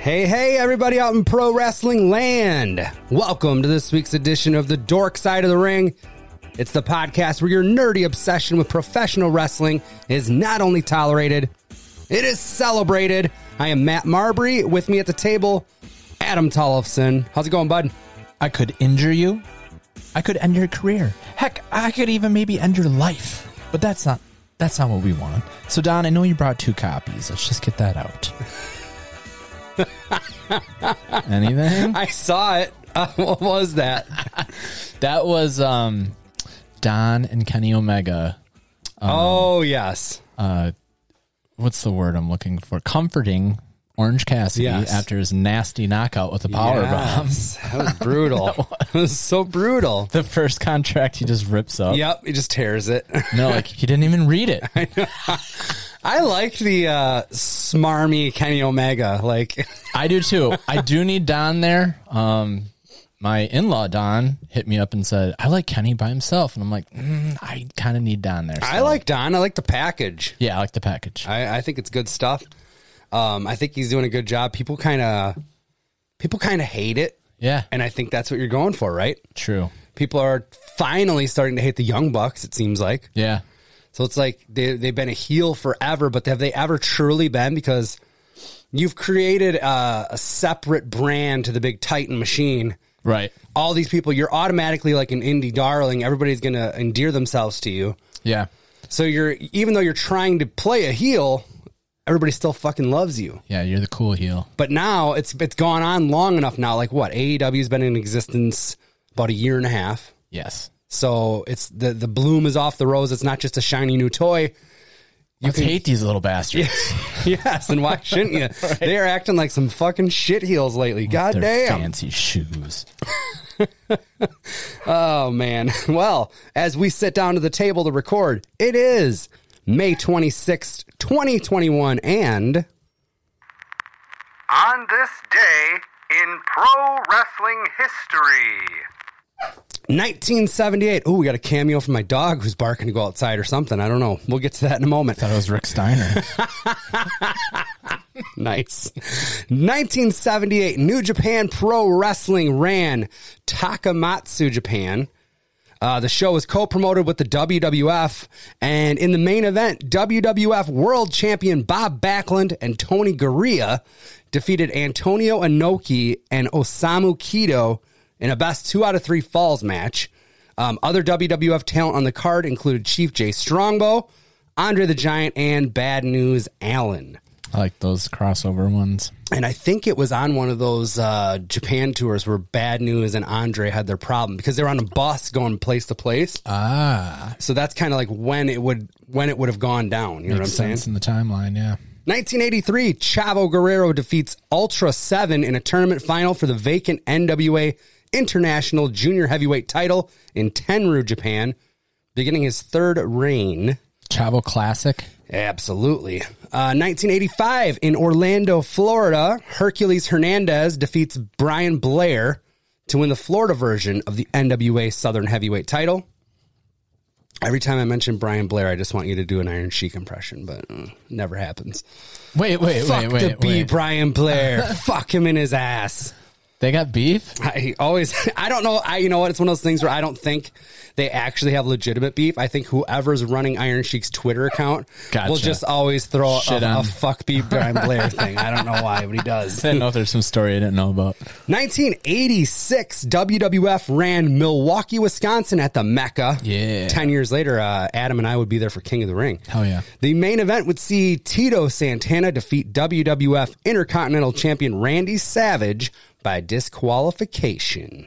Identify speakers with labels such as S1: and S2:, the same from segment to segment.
S1: Hey, hey, everybody out in pro wrestling land. Welcome to this week's edition of The Dork Side of the Ring. It's the podcast where your nerdy obsession with professional wrestling is not only tolerated, it is celebrated. I am Matt Marbury. With me at the table, Adam Tollefson. How's it going, bud?
S2: I could injure you. I could end your career. Heck, I could even maybe end your life. But that's not that's not what we want. So Don, I know you brought two copies. Let's just get that out. Anything?
S1: I saw it. Uh, what was that?
S2: That was um Don and Kenny Omega.
S1: oh, yes.
S2: What's the word I'm looking for? Comforting Orange Cassidy
S1: Yes.
S2: after his nasty knockout with the power bomb.
S1: Yes. That was brutal. It was so brutal.
S2: The first contract he just rips up.
S1: Yep, he just tears it.
S2: No, like he didn't even read it.
S1: I liked the uh, smarmy Kenny Omega. Like,
S2: I do too. I do need Don there. Um, my in law Don hit me up and said, "I like Kenny by himself," and I'm like, mm, "I kind of need Don there." So-
S1: I like Don. I like the package.
S2: yeah, I like the package.
S1: I, I think it's good stuff. Um, I think he's doing a good job. People kind of, people kind of hate it,
S2: yeah,
S1: and I think that's what you're going for, right?
S2: true.
S1: People are finally starting to hate the Young Bucks. It seems like
S2: Yeah,
S1: so. It's like they they've been a heel forever, but have they ever truly been? Because you've created a, a separate brand to the Big Titan Machine.
S2: right.
S1: all these people, you're automatically like an indie darling. Everybody's going to endear themselves to you.
S2: Yeah,
S1: So you're, even though you're trying to play a heel, everybody still fucking loves you.
S2: yeah. You're the cool heel.
S1: But now it's, it's gone on long enough now. Like what? AEW's been in existence about a year and a half.
S2: Yes.
S1: So it's the, the bloom is off the rose. It's not just a shiny new toy.
S2: Let's hate these little bastards.
S1: Yes. And why shouldn't you? They are acting like some fucking shit heels lately. God
S2: Their
S1: damn.
S2: fancy shoes.
S1: Oh man. Well, as we sit down to the table to record, it is May 26th, 2021 and
S3: On this day in pro wrestling history.
S1: 1978. Oh, we got a cameo from my dog who's barking to go outside or something. I don't know. We'll get to that in a moment.
S2: That was Rick Steiner.
S1: Nice. 1978, New Japan Pro Wrestling ran Takamatsu Japan. Uh, the show was co promoted with the WWF. And in the main event, WWF World Champion Bob Backlund and Tony Garea defeated Antonio Inoki and Osamu Kido in a best two out of three falls match. Um, other WWF talent on the card included Chief Jay Strongbow, Andre the Giant, and Bad News Allen
S2: I like those crossover ones.
S1: and I think it was on one of those uh, Japan tours where Bad News and Andre had their problem because they were on a bus going place to place.
S2: Ah,
S1: So that's kind of like when it would when it would have gone down. You know what I'm
S2: makes
S1: saying?
S2: sense in the timeline. Yeah.
S1: 1983, Chavo Guerrero defeats Ultra Seven in a tournament final for the vacant NWA International Junior Heavyweight title in Tenru, Japan, beginning his third reign.
S2: Chavo Classic.
S1: Absolutely. Uh, 1985 in Orlando, Florida, Hercules Hernandez defeats Brian Blair to win the Florida version of the NWA Southern Heavyweight title. Every time I mention Brian Blair, I just want you to do an Iron Sheik impression, but mm, never happens.
S2: Wait, wait,
S1: Fuck
S2: wait,
S1: the
S2: wait,
S1: B,
S2: wait.
S1: Brian Blair. Fuck him in his ass.
S2: They got beef.
S1: I always, I don't know. I, you know what? It's one of those things where I don't think they actually have legitimate beef. I think whoever's running Iron Sheik's Twitter account will
S2: Gotcha.
S1: just always throw a,
S2: Shit
S1: a- a
S2: on.
S1: fuck beef Brian Blair thing. I don't know why, but he does.
S2: I didn't know if there's some story I didn't know about.
S1: 1986, WWF ran Milwaukee, Wisconsin at the Mecca.
S2: Yeah.
S1: 10 years later, uh, Adam and I would be there for King of the Ring.
S2: Hell yeah.
S1: The main event would see Tito Santana defeat WWF Intercontinental Champion Randy Savage by disqualification.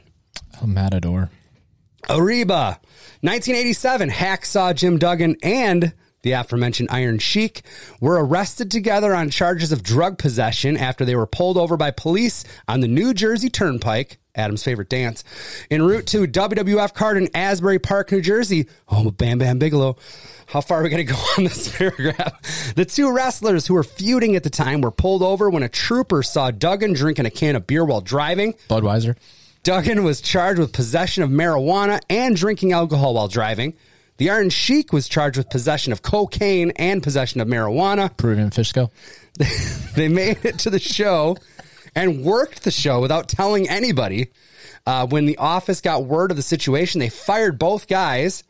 S2: A matador.
S1: Ariba, 1987, Hacksaw Jim Duggan and the aforementioned Iron Sheik were arrested together on charges of drug possession after they were pulled over by police on the New Jersey Turnpike, Adam's favorite dance, en route to WWF card in Asbury Park, New Jersey. Oh, Bam Bam Bigelow. How far are we going to go on this paragraph? The two wrestlers who were feuding at the time were pulled over when a trooper saw Duggan drinking a can of beer while driving.
S2: Budweiser.
S1: Duggan was charged with possession of marijuana and drinking alcohol while driving. The Iron Sheik was charged with possession of cocaine and possession of marijuana.
S2: Peruvian fish scale.
S1: They made it to the show and worked the show without telling anybody. Uh, when the office got word of the situation, they fired both guys.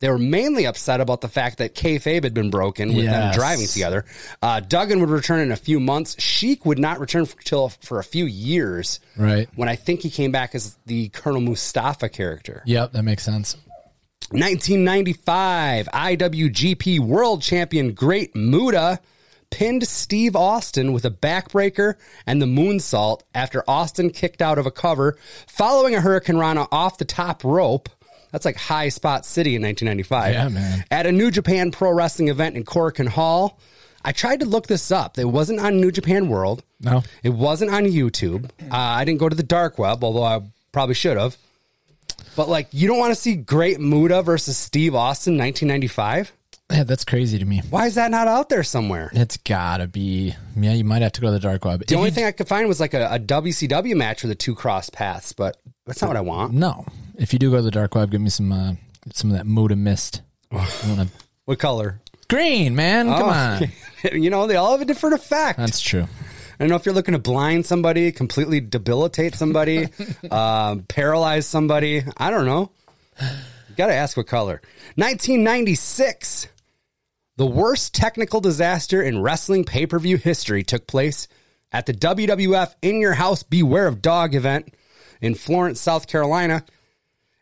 S1: They were mainly upset about the fact that kayfabe had been broken with them
S2: Yes.
S1: driving together. Uh, Duggan would return in a few months. Sheik would not return for, till, for a few years.
S2: Right.
S1: When I think he came back as the Colonel Mustafa character.
S2: Yep, that makes sense.
S1: 1995 IWGP World Champion Great Muda pinned Steve Austin with a backbreaker and the moonsault after Austin kicked out of a cover following a Hurricane Rana off the top rope. That's like High Spot City in 1995.
S2: Yeah, man.
S1: At a New Japan Pro Wrestling event in Korakuen Hall. I tried to look this up. It wasn't on New Japan World.
S2: No.
S1: It wasn't on YouTube. Uh, I didn't go to the dark web, although I probably should have. But like, you don't want to see Great Muda versus Steve Austin, 1995.
S2: Yeah, that's crazy to me.
S1: Why is that not out there somewhere?
S2: It's gotta be. Yeah, you might have to go to the dark web.
S1: The only thing I could find was like a, a WCW match where the two crossed paths, but that's not what I want.
S2: no, if you do go to the dark web, give me some uh, some of that Muda mist. I wanna-
S1: What color?
S2: Green man,
S1: Oh,
S2: come on.
S1: you know, they all have a different effect.
S2: That's true.
S1: I don't know if you're looking to blind somebody, completely debilitate somebody, um, paralyze somebody. I don't know. You got to ask what color. 1996. The worst technical disaster in wrestling pay per view history took place at the WWF In Your House Beware of Dog event in Florence, South Carolina.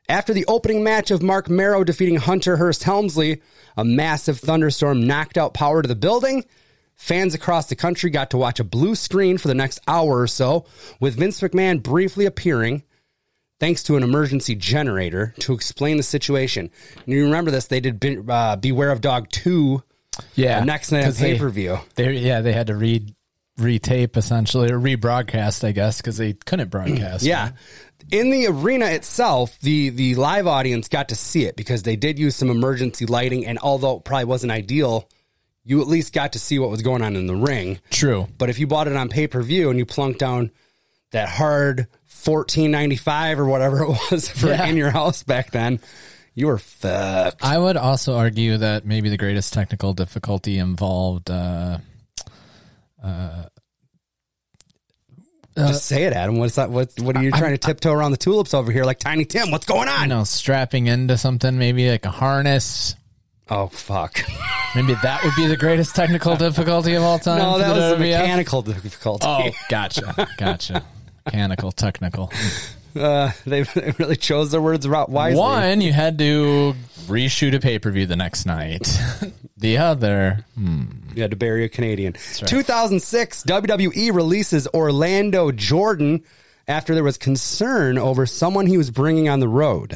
S1: After the opening match of Mark Marrow defeating Hunter Hearst Helmsley, a massive thunderstorm knocked out power to the building. Fans across the country got to watch a blue screen for the next hour or so, with Vince McMahon briefly appearing, thanks to an emergency generator, to explain the situation. And you remember this, they did Be- uh, Beware of Dog 2
S2: Yeah,
S1: the next night on
S2: 'cause they-
S1: pay per view.
S2: They yeah, they had to re retape essentially or rebroadcast, I guess, because they couldn't broadcast.
S1: Yeah. In the arena itself, the the live audience got to see it because they did use some emergency lighting and although it probably wasn't ideal, you at least got to see what was going on in the ring.
S2: true.
S1: But if you bought it on pay-per-view and you plunked down that hard 14.95 or whatever it was for
S2: Yeah.
S1: in your house back then, you were fucked.
S2: I would also argue that maybe the greatest technical difficulty involved. Uh, Uh,
S1: Just say it, Adam. What's that? What what are you trying to tiptoe around the tulips over here like Tiny Tim? What's going
S2: you
S1: on?
S2: know, strapping into something, maybe like a harness.
S1: Oh fuck.
S2: Maybe that would be the greatest technical difficulty of all time.
S1: No,
S2: for
S1: Oh, that
S2: the
S1: was a
S2: WWF.
S1: mechanical difficulty.
S2: Oh, gotcha, gotcha. Mechanical, technical.
S1: Uh, they, they really chose their words about wisely.
S2: One, you had to reshoot a pay per view the next night. the other,
S1: You had to bury a Canadian. 2006, WWE E releases Orlando Jordan after there was concern over someone he was bringing on the road.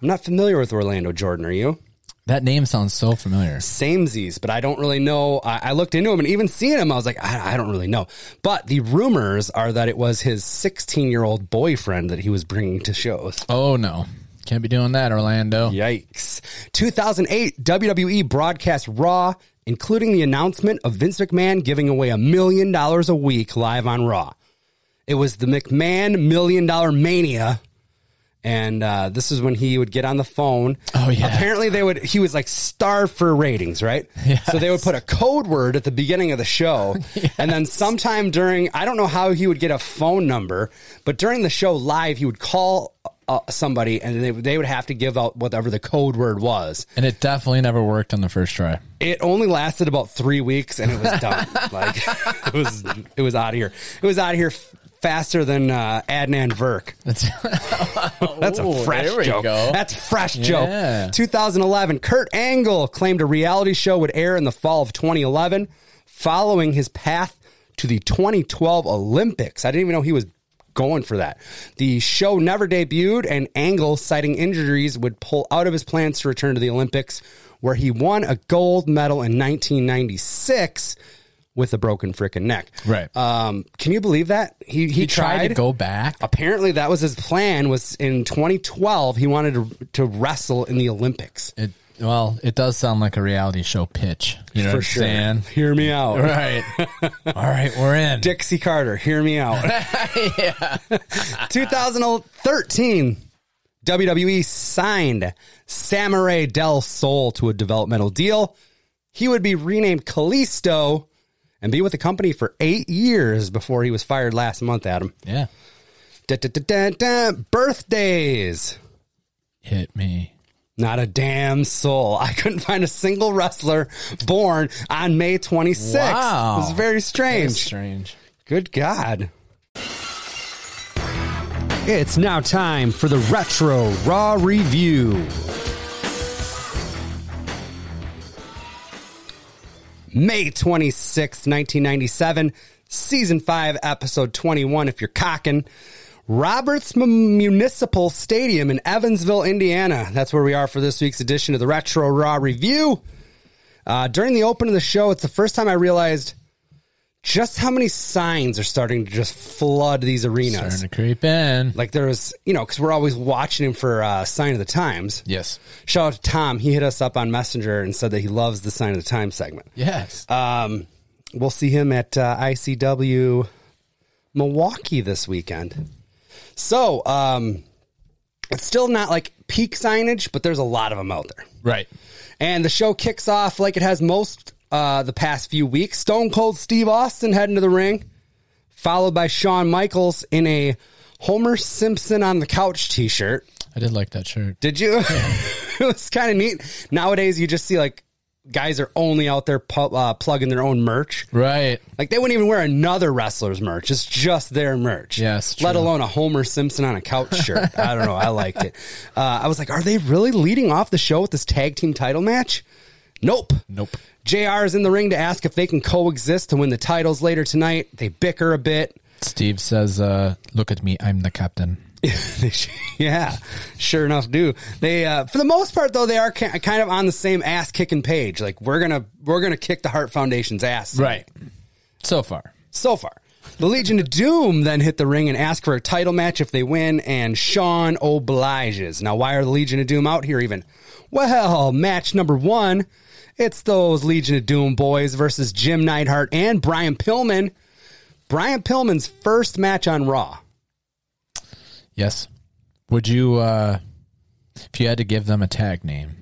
S1: I'm not familiar with Orlando Jordan, are you?
S2: that name sounds so familiar.
S1: Samesies, but I don't really know. I, I looked into him and even seeing him, I was like, I, I don't really know. But the rumors are that it was his 16 year old boyfriend that he was bringing to shows.
S2: Oh no, can't be doing that, Orlando.
S1: Yikes. 2008, WWE E broadcast Raw, including the announcement of Vince McMahon giving away a million dollars a week live on Raw. It was the McMahon Million Dollar Mania. And uh, this is when he would get on the phone.
S2: Oh, yeah.
S1: Apparently, they would. He was like starved for ratings, right? So they would put a code word at the beginning of the show, and then sometime during, I don't know how he would get a phone number, but during the show live, he would call uh, somebody, and they they would have to give out whatever the code word was.
S2: And it definitely never worked on the first try.
S1: It only lasted about three weeks, and it was done. like it was it was out of here. It was out of here f- faster than uh, Adnan Verk.
S2: That's,
S1: That's a fresh
S2: there we
S1: joke.
S2: go.
S1: That's a fresh
S2: Yeah.
S1: joke. 2011, Kurt Angle claimed a reality show would air in the fall of 2011, following his path to the 2012 Olympics. I didn't even know he was going for that. The show never debuted, and Angle, citing injuries, would pull out of his plans to return to the Olympics, where he won a gold medal in 1996 with a broken freaking neck.
S2: Right.
S1: Um, can you believe that he he,
S2: he tried, to go back.
S1: apparently that was his plan was in 2012 he wanted to, to wrestle in the olympics
S2: It, well, it does sound like a reality show pitch. You know what
S1: for
S2: I'm
S1: sure
S2: saying?
S1: hear me out
S2: Right. All right, we're in.
S1: dixie carter hear me out 2013 wwe E signed samurai del sol to a developmental deal he would be renamed callisto and be with the company for eight years before he was fired last month, Adam.
S2: Yeah.
S1: Da, da, da, da, da. Birthdays.
S2: Hit me.
S1: Not a damn soul. I couldn't find a single wrestler born on May 26th.
S2: Wow.
S1: It was very
S2: That's
S1: strange.
S2: strange.
S1: Good God. It's now time for the Retro Raw Review. May twenty sixth, 1997, Season 5, Episode 21, if you're cocking. Roberts M- Municipal Stadium in Evansville, Indiana. That's where we are for this week's edition of the Retro Raw Review. Uh, during the open of the show, it's the first time I realized just how many signs are starting to just flood these arenas.
S2: Starting to creep in.
S1: Like there was, you know, because we're always watching him for uh, Sign of the Times.
S2: Yes.
S1: Shout out to Tom. He hit us up on Messenger and said that he loves the Sign of the Times segment.
S2: Yes.
S1: Um, we'll see him at uh, ICW Milwaukee this weekend. So um, it's still not like peak signage, but there's a lot of them out there.
S2: right.
S1: And the show kicks off like it has most uh, the past few weeks. Stone Cold Steve Austin heading to the ring, followed by Shawn Michaels in a Homer Simpson on the couch t shirt.
S2: I did like that shirt.
S1: Did you? it was kind of neat. Nowadays, you just see like guys are only out there pu- uh, plugging their own merch.
S2: Right.
S1: Like they wouldn't even wear another wrestler's merch. It's just their merch.
S2: Yes,
S1: Let
S2: true.
S1: alone a Homer Simpson on a couch shirt. I don't know. I liked it. Uh, I was like, are they really leading off the show with this tag team title match? Nope.
S2: Nope.
S1: JR is in the ring to ask if they can coexist to win the titles later tonight. They bicker a bit.
S2: Steve says, uh, look at me. I'm the captain.
S1: They sh- yeah, sure enough, do they? Uh, for the most part, though, they are ki- kind of on the same ass kicking page. Like we're gonna we're gonna kick the Heart Foundation's ass.
S2: Right. So far.
S1: so far. The Legion of Doom then hit the ring and ask for a title match if they win, and Sean obliges. Now, why are the Legion of Doom out here even? Well, match number one, it's those Legion of Doom boys versus Jim Neidhart and Brian Pillman. Brian Pillman's first match on Raw.
S2: Yes. Would you, uh, if you had to give them a tag name,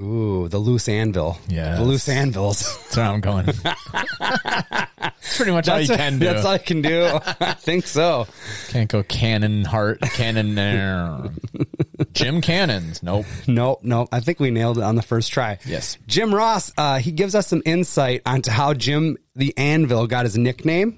S1: Ooh, the loose anvil.
S2: Yes.
S1: The loose anvils.
S2: that's where I'm going. that's pretty much all Oh, you
S1: That's-
S2: can do.
S1: That's all I can do. I think so.
S2: Can't go cannon heart, cannon air. Jim Cannons. Nope.
S1: Nope, nope. I think we nailed it on the first try.
S2: Yes.
S1: Jim Ross, uh, he gives us some insight onto how Jim the Anvil got his nickname,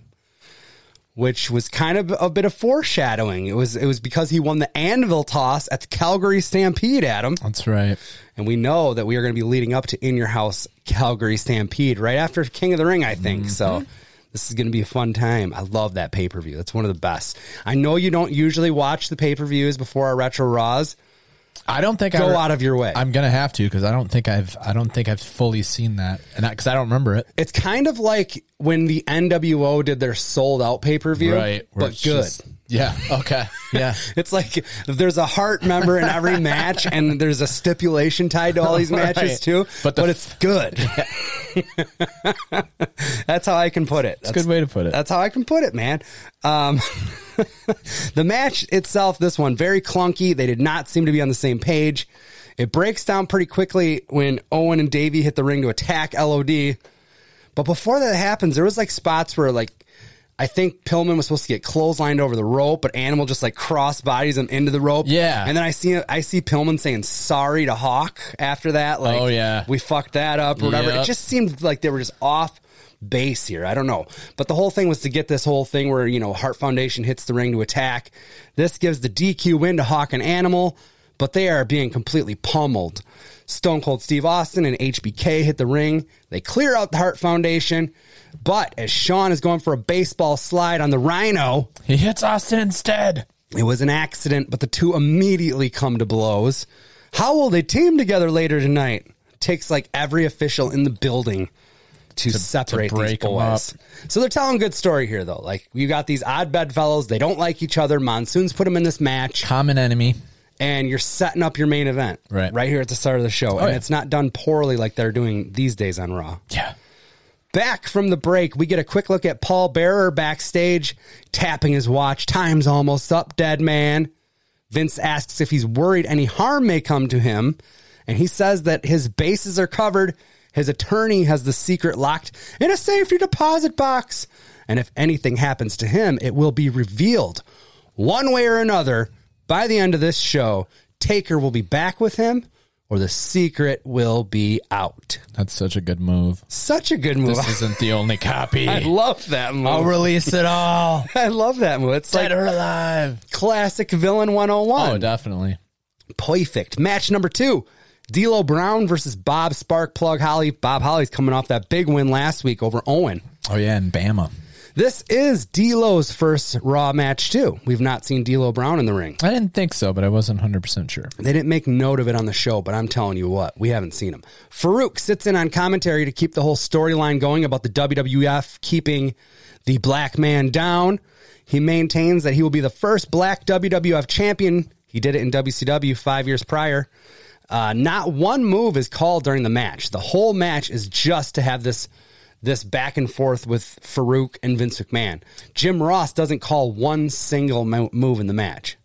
S1: which was kind of a bit of foreshadowing. It was it was because he won the Anvil toss at the Calgary Stampede, Adam.
S2: That's right.
S1: And we know that we are going to be leading up to In Your House Calgary Stampede right after King of the Ring, I think.
S2: Mm-hmm.
S1: So this is going to be a fun time. I love that pay per view. It's one of the best. I know you don't usually watch the pay per views before our retro Raws.
S2: I don't think I
S1: Go out of your way.
S2: I'm gonna have to because I don't think I've I don't think I've fully seen that, and because I, don't remember it.
S1: It's kind of like when the NWO did their sold out pay per view,
S2: where
S1: But
S2: it's
S1: good.
S2: just- yeah. Okay. Yeah.
S1: it's like there's a heart member in every match, and there's a stipulation tied to all these matches
S2: Right.
S1: too. But,
S2: But the-
S1: it's good. that's how I can put it. That's
S2: good way to put it.
S1: That's how I can put it, man. Um, the match itself, this one, very clunky. They did not seem to be on the same page. It breaks down pretty quickly when Owen and Davey hit the ring to attack LOD. But before that happens, there was like spots where like I think Pillman was supposed to get clotheslined over the rope, but Animal just like cross bodies him into the rope.
S2: Yeah.
S1: and then I see I see Pillman saying sorry to Hawk after that. Like,
S2: Oh, yeah.
S1: we fucked that up or whatever. It
S2: Yep.
S1: just seemed like they were just off base here. I don't know, but the whole thing was to get this whole thing where you know Hart Foundation hits the ring to attack. This gives the DQ win to Hawk and Animal, but they are being completely pummeled. Stone Cold Steve Austin and HBK hit the ring. They clear out the Hart Foundation, but as Sean is going for a baseball slide on the Rhino,
S2: He hits Austin instead.
S1: it was an accident, but the two immediately come to blows. How will they team together later tonight? Takes like every official in the building to, separate
S2: break
S1: these
S2: 'em up.
S1: boys. So they're telling a good story here, though. Like you got these odd bedfellows; they don't like each other. Monsoons put them in this match,
S2: Common enemy.
S1: and you're setting up your main event
S2: Right. Oh,
S1: right here at the start of the show. and
S2: yeah.
S1: it's not done poorly like they're doing these days on Raw.
S2: Yeah.
S1: Back from the break, we get a quick look at Paul Bearer backstage, tapping his watch. Time's almost up, dead man. Vince asks if he's worried any harm may come to him, and he says that his bases are covered His attorney has the secret locked in a safety deposit box. And if anything happens to him, it will be revealed one way or another by the end of this show. Taker will be back with him, or the secret will be out.
S2: That's such a good move.
S1: Such a good move.
S2: This isn't the only copy.
S1: I love that move.
S2: I'll release it all.
S1: I love that move. It's like
S2: Dead or alive.
S1: classic villain 101.
S2: Oh, definitely.
S1: Oh. Perfect. Match number two. D'Lo Brown versus Bob Sparkplug Holly. Bob Holly's coming off that big win last week over Owen.
S2: Oh yeah, and Bama.
S1: This is D'Lo's first Raw match too. We've not seen D'Lo Brown in the ring.
S2: I didn't think so, but I wasn't hundred percent sure.
S1: They didn't make note of it on the show, but I'm telling you what, we haven't seen him. Farouk sits in on commentary to keep the whole storyline going about the WWF keeping the black man down. He maintains that he will be the first black WWF champion. He did it in WCW five years prior. Uh, not one move is called during the match. The whole match is just to have this this back and forth with Farouk and Vince McMahon. Jim Ross doesn't call one single mo- move in the match.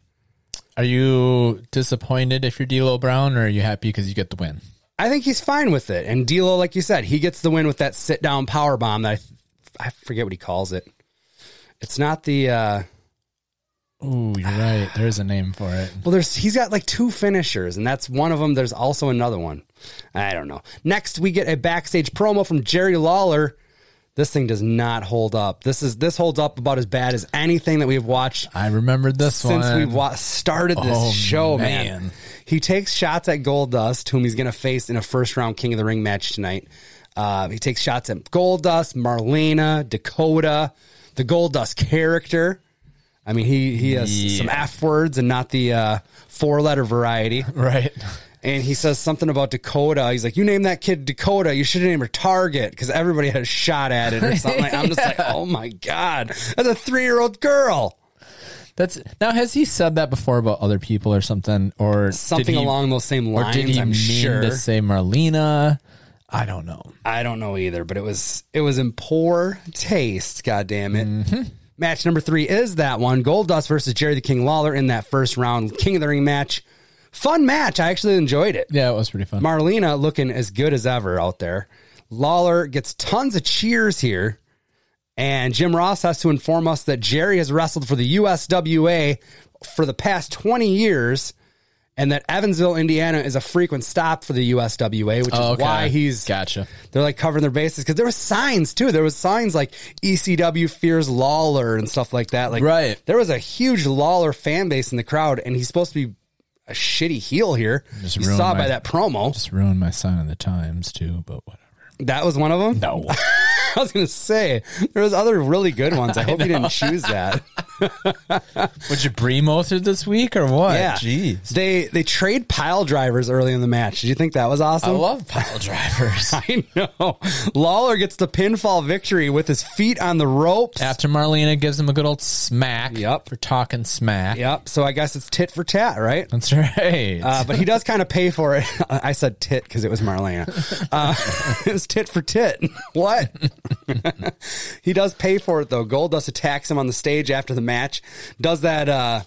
S2: Are you disappointed if you're D'Lo Brown, or are you happy because you get the win?
S1: I think he's fine with it. And D'Lo, like you said, he gets the win with that sit down power bomb that I, I forget what he calls it. It's not the uh,
S2: Ooh, you're right. There's a name for it.
S1: well. There's he's got like two finishers, and that's one of them. There's also another one. I don't know. Next, we get a backstage promo from Jerry Lawler. This thing does not hold up. This is this holds up about as bad as anything that we have watched
S2: I remembered this one.
S1: since we wa- started this
S2: Oh,
S1: show, man.
S2: man.
S1: He takes shots at Gold Dust, whom he's going to face in a first round King of the Ring match tonight. Uh, he takes shots at Gold Dust, Marlena, Dakota, the Gold Dust character. I mean, he he has some f words and not the uh, four letter variety.
S2: right.
S1: And he says something about Dakota. He's like, "You name that kid Dakota. You should have named her Target because everybody had a shot at it or something." I'm just like, "Oh my god, that's a three year old girl."
S2: That's now. Has he said that before about other people or something, or did
S1: something
S2: he-
S1: along those same
S2: or
S1: lines.
S2: did he
S1: I'm
S2: mean
S1: sure.
S2: to say Marlena? I don't know.
S1: I don't know either, but it was it was in poor taste. God damn it.
S2: Mm-hmm.
S1: Match number three is that one: Goldust versus Jerry the King Lawler in that first round King of the Ring match. Fun match. I actually enjoyed it.
S2: Yeah, it was pretty fun.
S1: Marlena looking as good as ever out there. Lawler gets tons of cheers here. And Jim Ross has to inform us that Jerry has wrestled for the USWA for the past 20 years and that Evansville, Indiana is a frequent stop for the USWA, which is
S2: Oh, okay.
S1: why he's
S2: gotcha.
S1: they're like covering their bases because there were signs too. There was signs like ECW fears Lawler and stuff like that. Like
S2: Right.
S1: there was a huge Lawler fan base in the crowd, and he's supposed to be a shitty heel here.
S2: Just
S1: you
S2: ruined
S1: saw
S2: my-
S1: by that promo.
S2: Just ruined my sign of the times too, but whatever.
S1: that was one of them.
S2: No.
S1: I was gonna say there was other really good ones. I hope you didn't choose that.
S2: Would you bremo through this week or what?
S1: yeah,
S2: Oh, Jeez.
S1: They they trade pile drivers early in the match. Did you think that was awesome?
S2: I love pile drivers.
S1: I know. Lawler gets the pinfall victory with his feet on the ropes.
S2: After Marlena gives him a good old smack
S1: Yep.
S2: for talking smack.
S1: Yep. So I guess it's tit for tat, right?
S2: That's right.
S1: Uh, but he does kind of pay for it. I said tit because it was Marlena. Uh, it was tit for tit. What? he does pay for it though. Goldust attacks him on the stage after the match. Does that? Uh,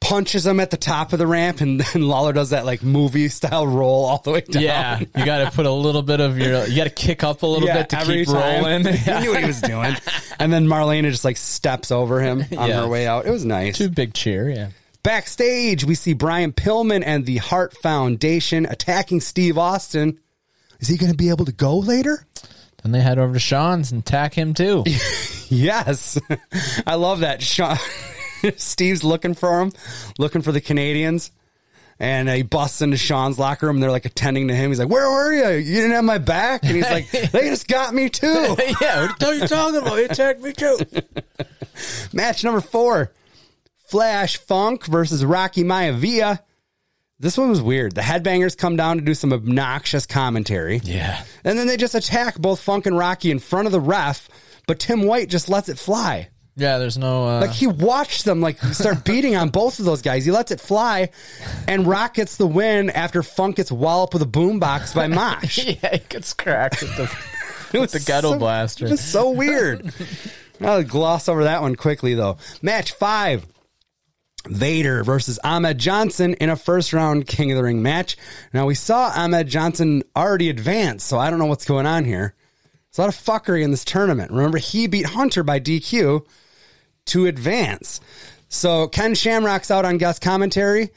S1: punches him at the top of the ramp, and then Lawler does that like movie style roll all the way down.
S2: yeah, you got to put a little bit of your, you got to kick up a little
S1: Yeah,
S2: bit to
S1: every
S2: keep
S1: time.
S2: rolling.
S1: He knew what he was doing. And then Marlena just like steps over him on
S2: Yeah.
S1: her way out. It was nice.
S2: Too big cheer, yeah.
S1: Backstage, we see Brian Pillman and the Hart Foundation attacking Steve Austin. Is he going to be able to go later?
S2: Then they head over to Sean's and tack him too.
S1: Yes. I love that. Sean, Steve's looking for him, looking for the Canadians. And uh, he busts into Sean's locker room. And they're like attending to him. He's like, Where were you? You didn't have my back. And he's like, They just got me too.
S2: yeah, what are you talking about? You tagged me too.
S1: Match number four Flash Funk versus Rocky Maivia. This one was weird. The headbangers come down to do some obnoxious commentary.
S2: Yeah.
S1: And then they just attack both Funk and Rocky in front of the ref, but Tim White just lets it fly.
S2: Yeah, there's no, uh,
S1: Like he watched them like start beating on both of those guys. He lets it fly, and Rock gets the win after Funk gets walloped with a boombox by Mosh.
S2: yeah, he gets cracked with the,
S1: It was
S2: the ghetto
S1: so-
S2: blaster.
S1: It was so weird. I'll gloss over that one quickly though. Match five. Vader versus Ahmed Johnson in a first round King of the Ring match. Now we saw Ahmed Johnson already advance, so I don't know what's going on here. There's a lot of fuckery in this tournament. Remember, he beat Hunter by DQ to advance. So Ken Shamrock's out on guest commentary.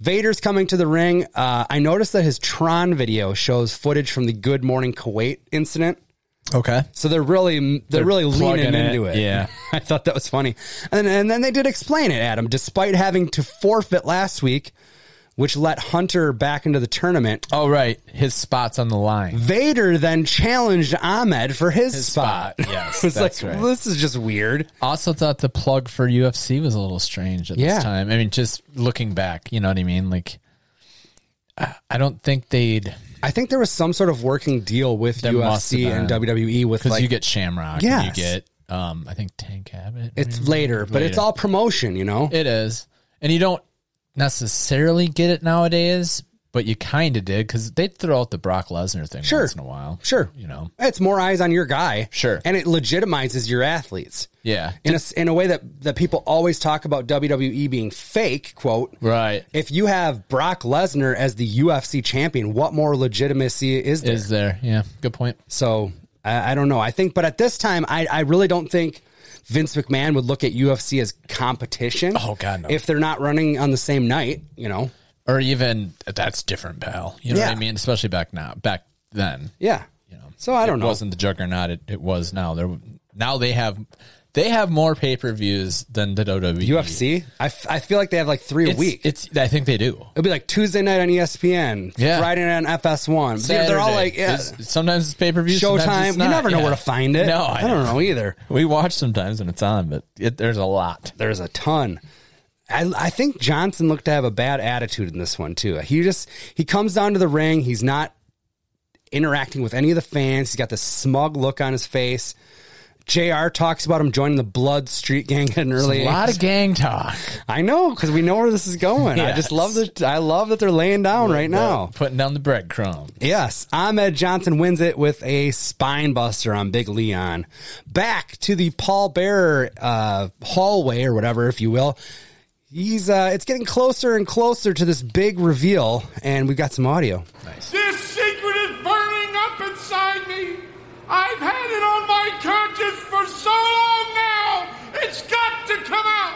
S1: Vader's coming to the ring. Uh, I noticed that his Tron video shows footage from the Good Morning Kuwait incident.
S2: Okay.
S1: So they're really they're, really leaning
S2: plugging it,
S1: into it.
S2: yeah.
S1: I thought that was funny. And and then they did explain it, Adam, despite having to forfeit last week, which let Hunter back into the tournament.
S2: Oh, right. His spot's on the line.
S1: Vader then challenged Ahmed for his, spot.
S2: spot, yes,
S1: it's
S2: that's
S1: like
S2: right.
S1: this is just weird.
S2: Also thought the plug for UFC was a little strange at
S1: Yeah.
S2: this time. I mean, just looking back, you know what I mean? Like, I I don't think they'd
S1: I think there was some sort of working deal with
S2: There must have
S1: UFC and
S2: been.
S1: WWE with
S2: because
S1: like
S2: you get Shamrock. and you
S1: Yes.
S2: get um, I think Tank Abbott.
S1: it's later, but it's all promotion, you know.
S2: It is, and you don't necessarily get it nowadays, but you kind of did because they throw out the Brock Lesnar thing
S1: Sure.
S2: once in a while.
S1: Sure.
S2: you know,
S1: It's more eyes on your guy,
S2: Sure.
S1: and it legitimizes your athletes.
S2: yeah,
S1: in a, in a way that, that people always talk about WWE being fake, quote.
S2: right.
S1: If you have Brock Lesnar as the UFC champion, what more legitimacy is there?
S2: Is there? Yeah, good point.
S1: so I, I don't know. I think, but at this time, I, I really don't think Vince McMahon would look at UFC as competition.
S2: Oh, God, no.
S1: If they're not running on the same night, you know?
S2: Or even that's different, pal. You know
S1: Yeah.
S2: what I mean? Especially back now, back then.
S1: Yeah. so I don't
S2: it
S1: know.
S2: wasn't the juggernaut it, it was now. There now they have they have more pay per views than the WWE.
S1: UFC, I, f- I feel like they have like three a
S2: It's,
S1: week.
S2: it's I think they do.
S1: It'll be like Tuesday night on E ESPN,
S2: Yeah.
S1: Friday night on FS1. They're- They're all
S2: Saturday.
S1: like, yeah.
S2: It's- sometimes it's pay per view.
S1: Showtime. You never know where to find it.
S2: No,
S1: I, don't know either.
S2: We watch sometimes when it's on, but it, there's a lot.
S1: There's a ton. I, I think Johnson looked to have a bad attitude in this one too. He just he comes down to the ring. He's not interacting with any of the fans. He's got this smug look on his face. Jr. talks about him joining the Blood Street Gang at an early
S2: A lot of gang talk.
S1: age. I know because we know where this is going. I
S2: Yes.
S1: just love that. I love that they're laying down right now.
S2: Putting down the breadcrumb.
S1: Yes, Ahmed Johnson wins it with a spine buster on Big Leon. Back to the Paul Bearer uh, hallway or whatever, if you will. He's uh, it's getting closer and closer to this big reveal, and we've got some audio.
S4: This secret is burning up inside me. I've had it on my conscience for so long now. It's got to come out.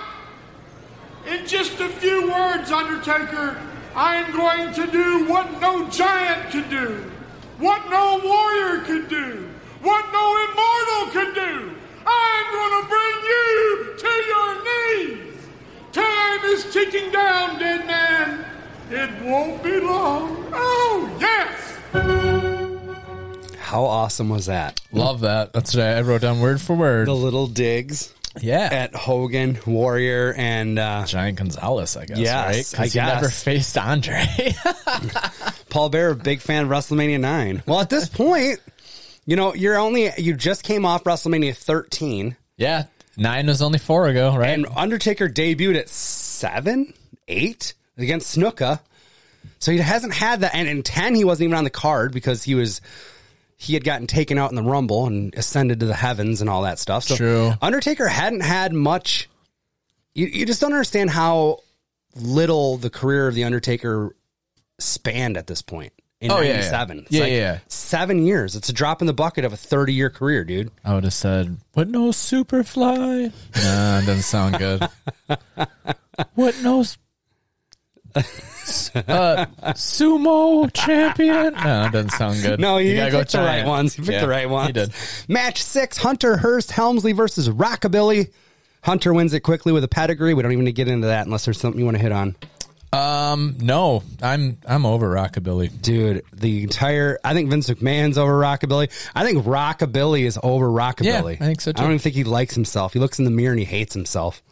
S4: In just a few words, Undertaker, I am going to do what no giant could do, what no warrior could do, what no immortal could do. I'm going to bring you to your knees. Time is ticking down, dead man. It won't be long. Oh, yes!
S1: How awesome was that?
S2: Love that. That's what I, I wrote down word for word.
S1: The little digs
S2: yeah.
S1: at Hogan, Warrior, and uh,
S2: Giant Gonzalez, I guess.
S1: Yes,
S2: right? 'Cause
S1: I
S2: he never
S1: guess.
S2: faced Andre.
S1: Paul Bearer, big fan of WrestleMania nine. Well, at this point, you know you're only you just came off WrestleMania thirteen,
S2: yeah, nine was only four ago, right?
S1: and Undertaker debuted at seven, eight against Snuka. So he hasn't had that, and in ten he wasn't even on the card because he was he had gotten taken out in the Rumble and ascended to the heavens and all that stuff. So
S2: True.
S1: Undertaker hadn't had much. You you just don't understand how little the career of the Undertaker spanned at this point. In
S2: Oh, yeah, yeah.
S1: 97. It's
S2: Yeah,
S1: like
S2: yeah, yeah.
S1: Seven years. It's a drop in the bucket of a 30 year career, dude.
S2: I would have said, "What no superfly." Nah, it doesn't sound good. what no s- s- uh, sumo champion? No, it doesn't sound good.
S1: No, you,
S2: gotta
S1: picked the right
S2: giant.
S1: ones. You picked
S2: Yeah,
S1: the right ones.
S2: He did.
S1: Match six: Hunter Hurst Helmsley versus Rockabilly. Hunter wins it quickly with a pedigree. We don't even need to get into that unless there's something you want to hit on,
S2: Um, no, I'm I'm over rockabilly.
S1: dude. The entire I think Vince McMahon's over Rockabilly. I think Rockabilly is over Rockabilly.
S2: Yeah, I think so,
S1: I don't
S2: too.
S1: even think he likes himself. He looks in the mirror and he hates himself.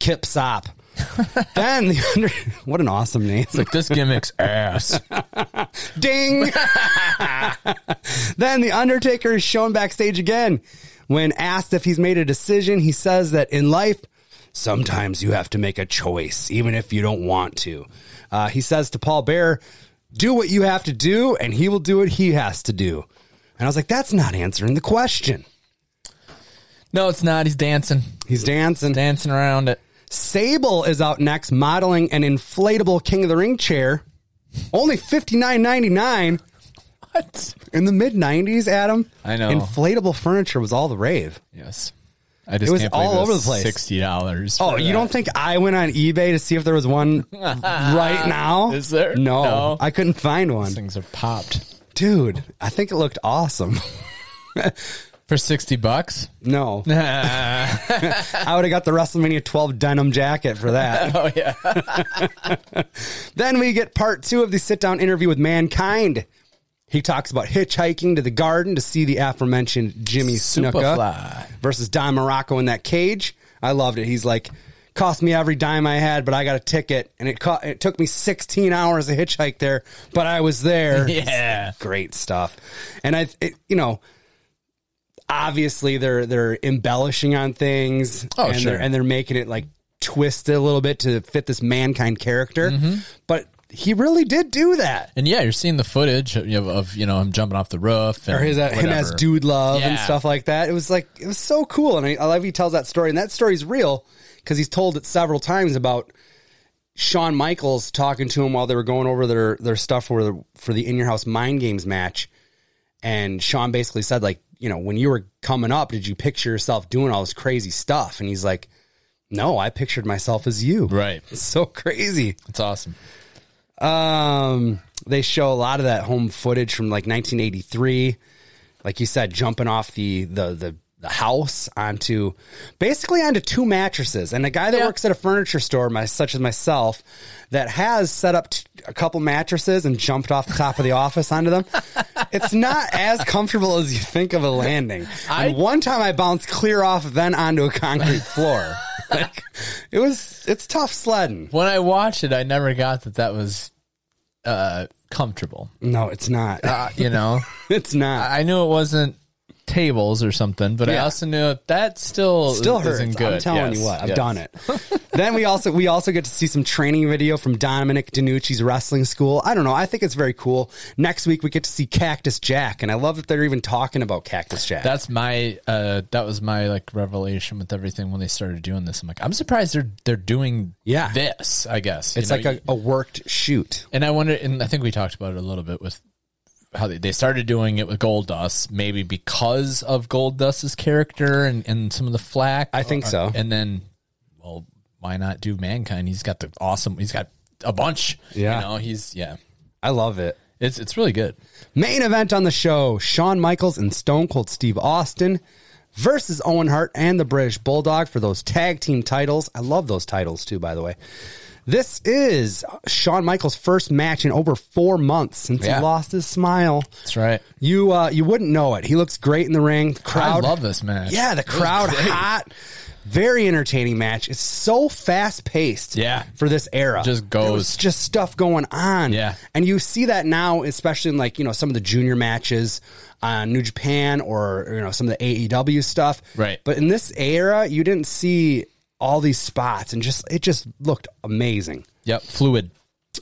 S1: Kip Sop. then the under what an awesome name.
S2: It's like this gimmick's ass.
S1: Ding! then The Undertaker is shown backstage again. When asked if he's made a decision, he says that in life, sometimes you have to make a choice, even if you don't want to. Uh, he says to Paul Bear, Do what you have to do, and he will do what he has to do. And I was like, That's not answering the question.
S2: No, it's not. He's dancing,
S1: He's dancing.
S2: dancing around it.
S1: Sable is out next, modeling an inflatable King of the Ring chair, only fifty nine ninety nine.
S2: What?
S1: In the mid '90s, Adam,
S2: I know.
S1: inflatable furniture was all the rave.
S2: Yes. I just
S1: It was
S2: can't believe
S1: all
S2: it
S1: over
S2: was
S1: the place.
S2: Sixty dollars.
S1: Oh, you don't think I went on eBay to see if there was one right now?
S2: Is there?
S1: No,
S2: No.
S1: I couldn't find one,
S2: things are popped
S1: dude. I think it looked awesome.
S2: for sixty bucks.
S1: No,
S2: oh
S1: I would have got the WrestleMania 12 denim jacket for that.
S2: yeah.
S1: then we get part two of the sit down interview with Mankind. He talks about hitchhiking to the garden to see the aforementioned Jimmy Snuka
S2: Superfly.
S1: versus Don Morocco in that cage. I loved it. He's like, cost me every dime I had, but I got a ticket, and it co- it took me 16 hours to hitchhike there, but I was there.
S2: Yeah.
S1: great stuff. And I, it, you know, obviously they're they're embellishing on things.
S2: Oh,
S1: and
S2: sure.
S1: They're, and they're making it like twisted a little bit to fit this mankind character.
S2: Mm-hmm.
S1: But he really did do that.
S2: And yeah, you're seeing the footage of, of you know him jumping off the roof and
S1: Or his, uh, him as
S2: whatever.
S1: dude love and
S2: Yeah.
S1: stuff like that. It was like it was so cool, and I, I love he tells that story. And that story's real because he's told it several times about Shawn Michaels talking to him while they were going over their their stuff for the for the in your house mind games match, and Sean basically said like, you know, when you were coming up, did you picture yourself doing all this crazy stuff? And he's like, no, I pictured myself as you.
S2: Right.
S1: It's so crazy.
S2: It's awesome.
S1: Um, they show a lot of that home footage from like 1983, like you said, jumping off the the the, the house onto basically onto two mattresses. And a guy that
S2: Yeah.
S1: works at a furniture store, my, such as myself, that has set up t- a couple mattresses and jumped off the top of the office onto them. It's not as comfortable as you think of a landing.
S2: I-
S1: and one time I bounced clear off, then onto a concrete floor. like it was, it's tough sledding.
S2: When I watched it, I never got that that was uh, comfortable.
S1: No, it's not.
S2: You know,
S1: it's not.
S2: I knew it wasn't tables or something, but I
S1: Yeah.
S2: also knew that still
S1: still
S2: is- isn't
S1: hurts.
S2: good.
S1: I'm telling
S2: Yes,
S1: you what, I've
S2: yes.
S1: done it. then we also we also get to see some training video from Dominic DiNucci's wrestling school. I don't know. I think it's very cool. Next week we get to see Cactus Jack, and I love that they're even talking about Cactus Jack.
S2: That's my uh, that was my like revelation with everything when they started doing this. I'm like, I'm surprised they're they're doing
S1: Yeah.
S2: this. I guess
S1: it's
S2: You
S1: like
S2: know,
S1: a, a worked shoot.
S2: And I wonder, and I think we talked about it a little bit with how they, they started doing it with Gold Dust, maybe because of Gold Dust's character and, and some of the flack.
S1: I think so.
S2: And then, well, why not do Mankind? He's got the awesome. He's got a bunch.
S1: Yeah.
S2: You know, he's yeah.
S1: I love it.
S2: It's it's really good.
S1: Main event on the show: Shawn Michaels and Stone Cold Steve Austin versus Owen Hart and the British Bulldog for those tag team titles. I love those titles too, by the way. This is Shawn Michaels' first match in over four months since
S2: Yeah.
S1: he lost his smile.
S2: That's right.
S1: You uh, you wouldn't know it. He looks great in the ring. The crowd,
S2: I love this match.
S1: yeah, the
S2: It was
S1: crowd
S2: great.
S1: hot. Very entertaining match. It's so fast paced.
S2: Yeah.
S1: for this era,
S2: Just
S1: There
S2: goes.
S1: was just stuff going on.
S2: Yeah.
S1: and you see that now, especially in like you know some of the junior matches on New Japan or you know some of the AEW stuff.
S2: Right.
S1: but in this era, you didn't see all these spots, and just it just looked amazing.
S2: Yep. Fluid.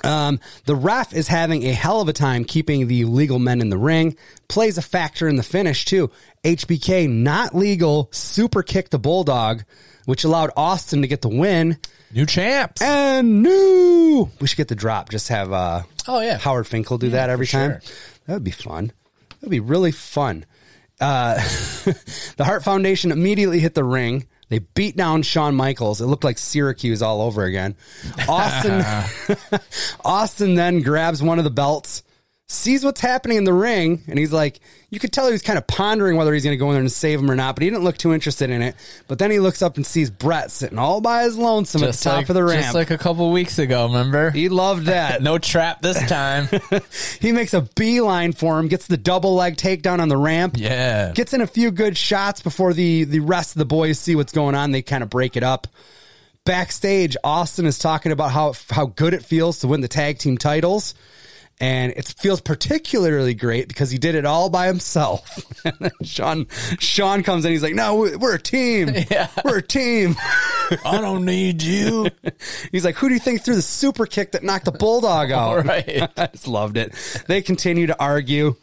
S1: Um, the ref is having a hell of a time keeping the legal men in the ring. Plays a factor in the finish too. HBK not legal super kicked the bulldog, which allowed Austin to get the win.
S2: New champs.
S1: And new, we should get the drop. Just have uh,
S2: Oh, yeah.
S1: Howard Finkel do that every
S2: for
S1: time.
S2: sure.
S1: That would be fun. That would be really fun. Uh, the Hart Foundation immediately hit the ring. They beat down Shawn Michaels. It looked like Syracuse all over again. Austin. Austin then grabs one of the belts, sees what's happening in the ring, and he's like, you could tell he was kind of pondering whether he's going to go in there and save him or not, but he didn't look too interested in it. But then he looks up and sees Brett sitting all by his lonesome at the top
S2: like,
S1: of the ramp.
S2: Just like a couple weeks ago, remember?
S1: he loved that.
S2: No trap this time.
S1: He makes a beeline for him, gets the double leg takedown on the ramp.
S2: yeah.
S1: Gets in a few good shots before the, the rest of the boys see what's going on. They kind of break it up. Backstage, Austin is talking about how how good it feels to win the tag team titles. And it feels particularly great because he did it all by himself. And then Sean Sean comes in, he's like, "No, we- we're a team. We're a team."
S2: I don't need you.
S1: He's like, "Who do you think threw the super kick that knocked the bulldog out?"
S2: All right.
S1: I just loved it. They continue to argue.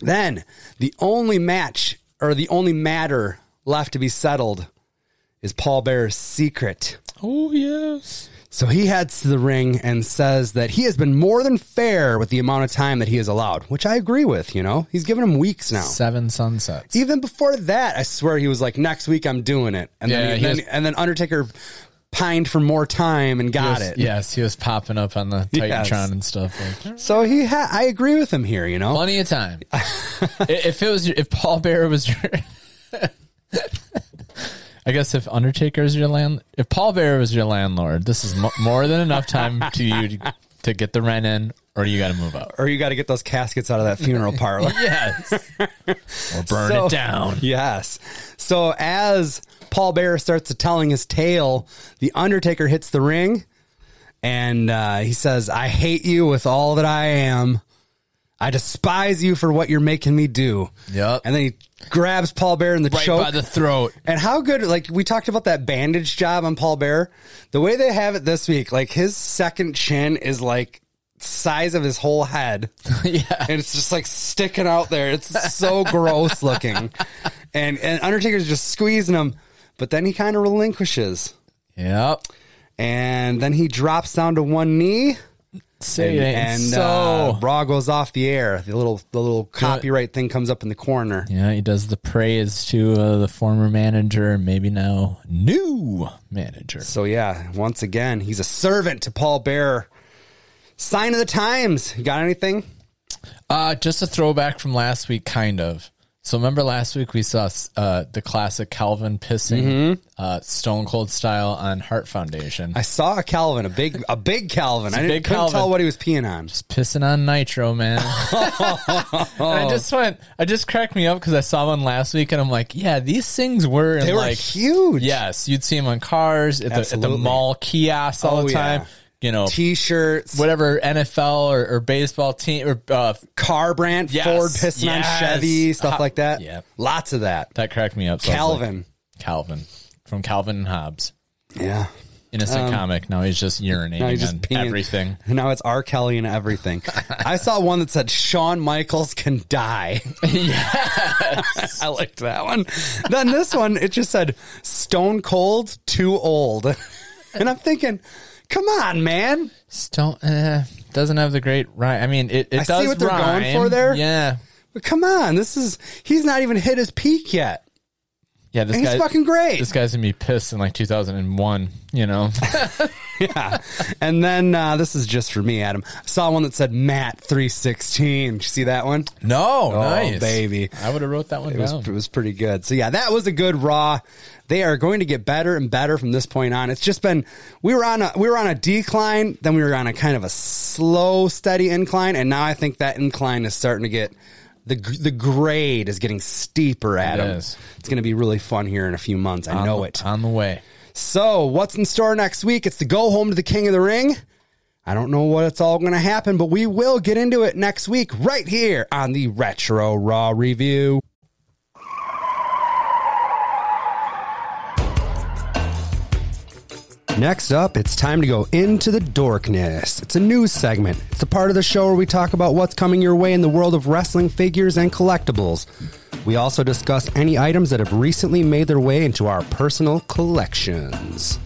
S1: Then the only match or the only matter left to be settled is Paul Bearer's secret.
S2: Oh yes.
S1: So he heads to the ring and says that he has been more than fair with the amount of time that he is allowed, which I agree with, you know? He's given him weeks now.
S2: Seven sunsets.
S1: Even before that, I swear he was like, next week I'm doing it. And,
S2: Yeah,
S1: then,
S2: he
S1: then,
S2: was-
S1: and then Undertaker pined for more time and got
S2: Yes,
S1: it.
S2: Yes, he was popping up on the
S1: Yes.
S2: Titantron and stuff. Like,
S1: So he ha- I agree with him here, you know?
S2: plenty of time. I- if it was, your- if Paul Bearer was your, I guess if Undertaker is your land, if Paul Bearer was your landlord, this is mo- more than enough time to you to, to get the rent in, or you got to move out.
S1: Or you got to get those caskets out of that funeral parlor.
S2: Yes, or burn
S1: So-
S2: it down.
S1: Yes. So as Paul Bearer starts to telling his tale, the Undertaker hits the ring, and uh, he says, "I hate you with all that I am. I despise you for what you're making me do."
S2: Yep.
S1: And then he grabs Paul Bearer in the
S2: Right
S1: choke.
S2: by the throat.
S1: and how good, like, we talked about that bandage job on Paul Bearer. The way they have it this week, like, his second chin is like size of his whole head
S2: yeah.
S1: and it's just like sticking out there. It's so gross looking. And and Undertaker's just squeezing him, but then he kind of relinquishes.
S2: Yep.
S1: And then he drops down to one knee
S2: Say
S1: and
S2: so.
S1: uh, Raw goes off the air. The little the little copyright thing comes up in the corner.
S2: yeah, he does the praise to uh, the former manager, and maybe now new manager.
S1: So yeah, once again, he's a servant to Paul Bearer. Sign of the times. You got anything?
S2: Uh, just a throwback from last week, kind of. So remember last week we saw uh, the classic Calvin pissing
S1: Mm-hmm.
S2: uh, Stone Cold style on Heart Foundation.
S1: I saw a Calvin, a big a big Calvin. I didn't,
S2: big
S1: couldn't
S2: Calvin.
S1: tell what he was peeing on.
S2: Just pissing on Nitro, man. and I just went, I just cracked me up because I saw one last week, and I'm like, yeah, these things were in
S1: They were
S2: like
S1: huge.
S2: Yes, you'd see them on cars at, the, at the
S1: Absolutely.
S2: mall kiosks all
S1: Oh,
S2: the time.
S1: yeah.
S2: You know,
S1: T-shirts.
S2: whatever NFL or, or baseball team or uh,
S1: car brand,
S2: Yes,
S1: Ford pissing
S2: yes.
S1: on Chevy, stuff like that.
S2: Yep.
S1: Lots of that.
S2: that cracked me up. So I was like,
S1: Calvin.
S2: Calvin from Calvin and Hobbes.
S1: yeah.
S2: innocent comic. Now he's just urinating
S1: Um, Now he's
S2: on
S1: just peeing.
S2: everything.
S1: Now it's R. Kelly and everything. I saw one that said Shawn Michaels can die. Yes. I liked that one. Then this one, it just said Stone Cold, too old. And I'm thinking, come on, man.
S2: Stone uh, doesn't have the great rhyme. I mean, it, it
S1: I see
S2: does
S1: what they're going
S2: rhyme.
S1: for there.
S2: Yeah,
S1: Come on. This is, he's not even hit his peak yet.
S2: yeah. This
S1: And he's
S2: guy,
S1: fucking great.
S2: This guy's gonna be pissed in like 2001. You know,
S1: yeah. And then uh, this is just for me, Adam. I saw one that said Matt three sixteen. Did you see that one?
S2: no,
S1: Oh, baby.
S2: I would have wrote that one
S1: It was,
S2: down.
S1: it was pretty good. So yeah, that was a good raw. They are going to get better and better from this point on. It's just been we were on a we were on a decline, then we were on a kind of a slow, steady incline, and now I think that incline is starting to get the gr- the grade is getting steeper. Adam,
S2: is.
S1: it's going to be really fun here in a few months. I
S2: On
S1: know
S2: the-
S1: it.
S2: on the way.
S1: So, what's in store next week? It's the go home to the King of the Ring. I don't know what it's all going to happen, but we will get into it next week right here on the Retro Raw Review. Next up, it's time to go into the dorkness. It's a news segment. It's a part of the show where we talk about what's coming your way in the world of wrestling figures and collectibles. We also discuss any items that have recently made their way into our personal collections.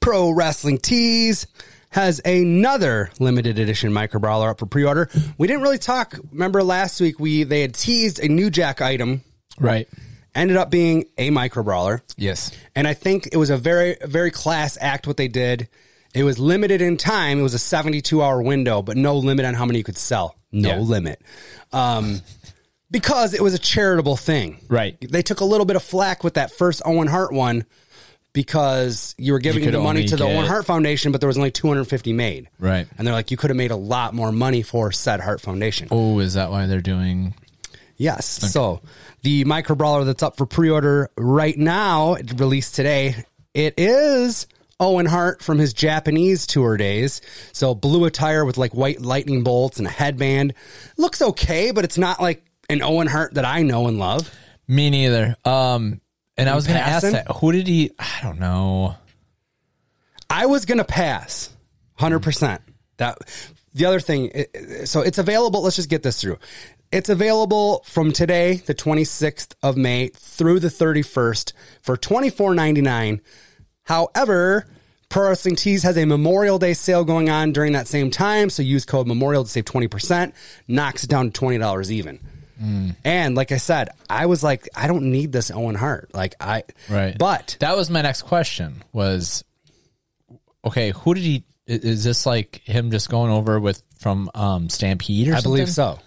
S1: Pro Wrestling Tees has another limited edition micro brawler up for pre-order. We didn't really talk. Remember last week we they had teased a new Jack item,
S2: Right.
S1: ended up being a micro brawler.
S2: Yes.
S1: And I think it was a very, very class act what they did. It was limited in time. It was a 72 hour window, but no limit on how many you could sell. No
S2: Yeah.
S1: limit. Um, because it was a charitable thing.
S2: Right.
S1: They took a little bit of flack with that first Owen Hart one because you were giving
S2: You could
S1: the money
S2: only
S1: to the
S2: get-
S1: Owen Hart Foundation, but there was only 250 made.
S2: Right.
S1: And they're like, you could have made a lot more money for said Hart Foundation.
S2: Oh, is that why they're doing?
S1: Yes. So the micro brawler that's up for pre order right now, it released today, it is Owen Hart from his Japanese tour days. So blue attire with like white lightning bolts and a headband. Looks okay, but it's not like an Owen Hart that I know and love.
S2: Me neither. Um, and I was gonna ask
S1: passing?
S2: that. Who did he? I don't know.
S1: I was going to pass 100%. That the other thing, i- i- so it's available. Let's just get this through. It's available from today, the 26th of May, through the 31st for $24.99. However, Pro Wrestling Tees has a Memorial Day sale going on during that same time. So use code Memorial to save 20%, knocks it down to $20 even. And like I said, I was like, I don't need this Owen Hart. Like, I,
S2: Right.
S1: But
S2: that was my next question was okay, who did he i- is this like him just going over with from um Stampede or
S1: I
S2: something?
S1: believe so.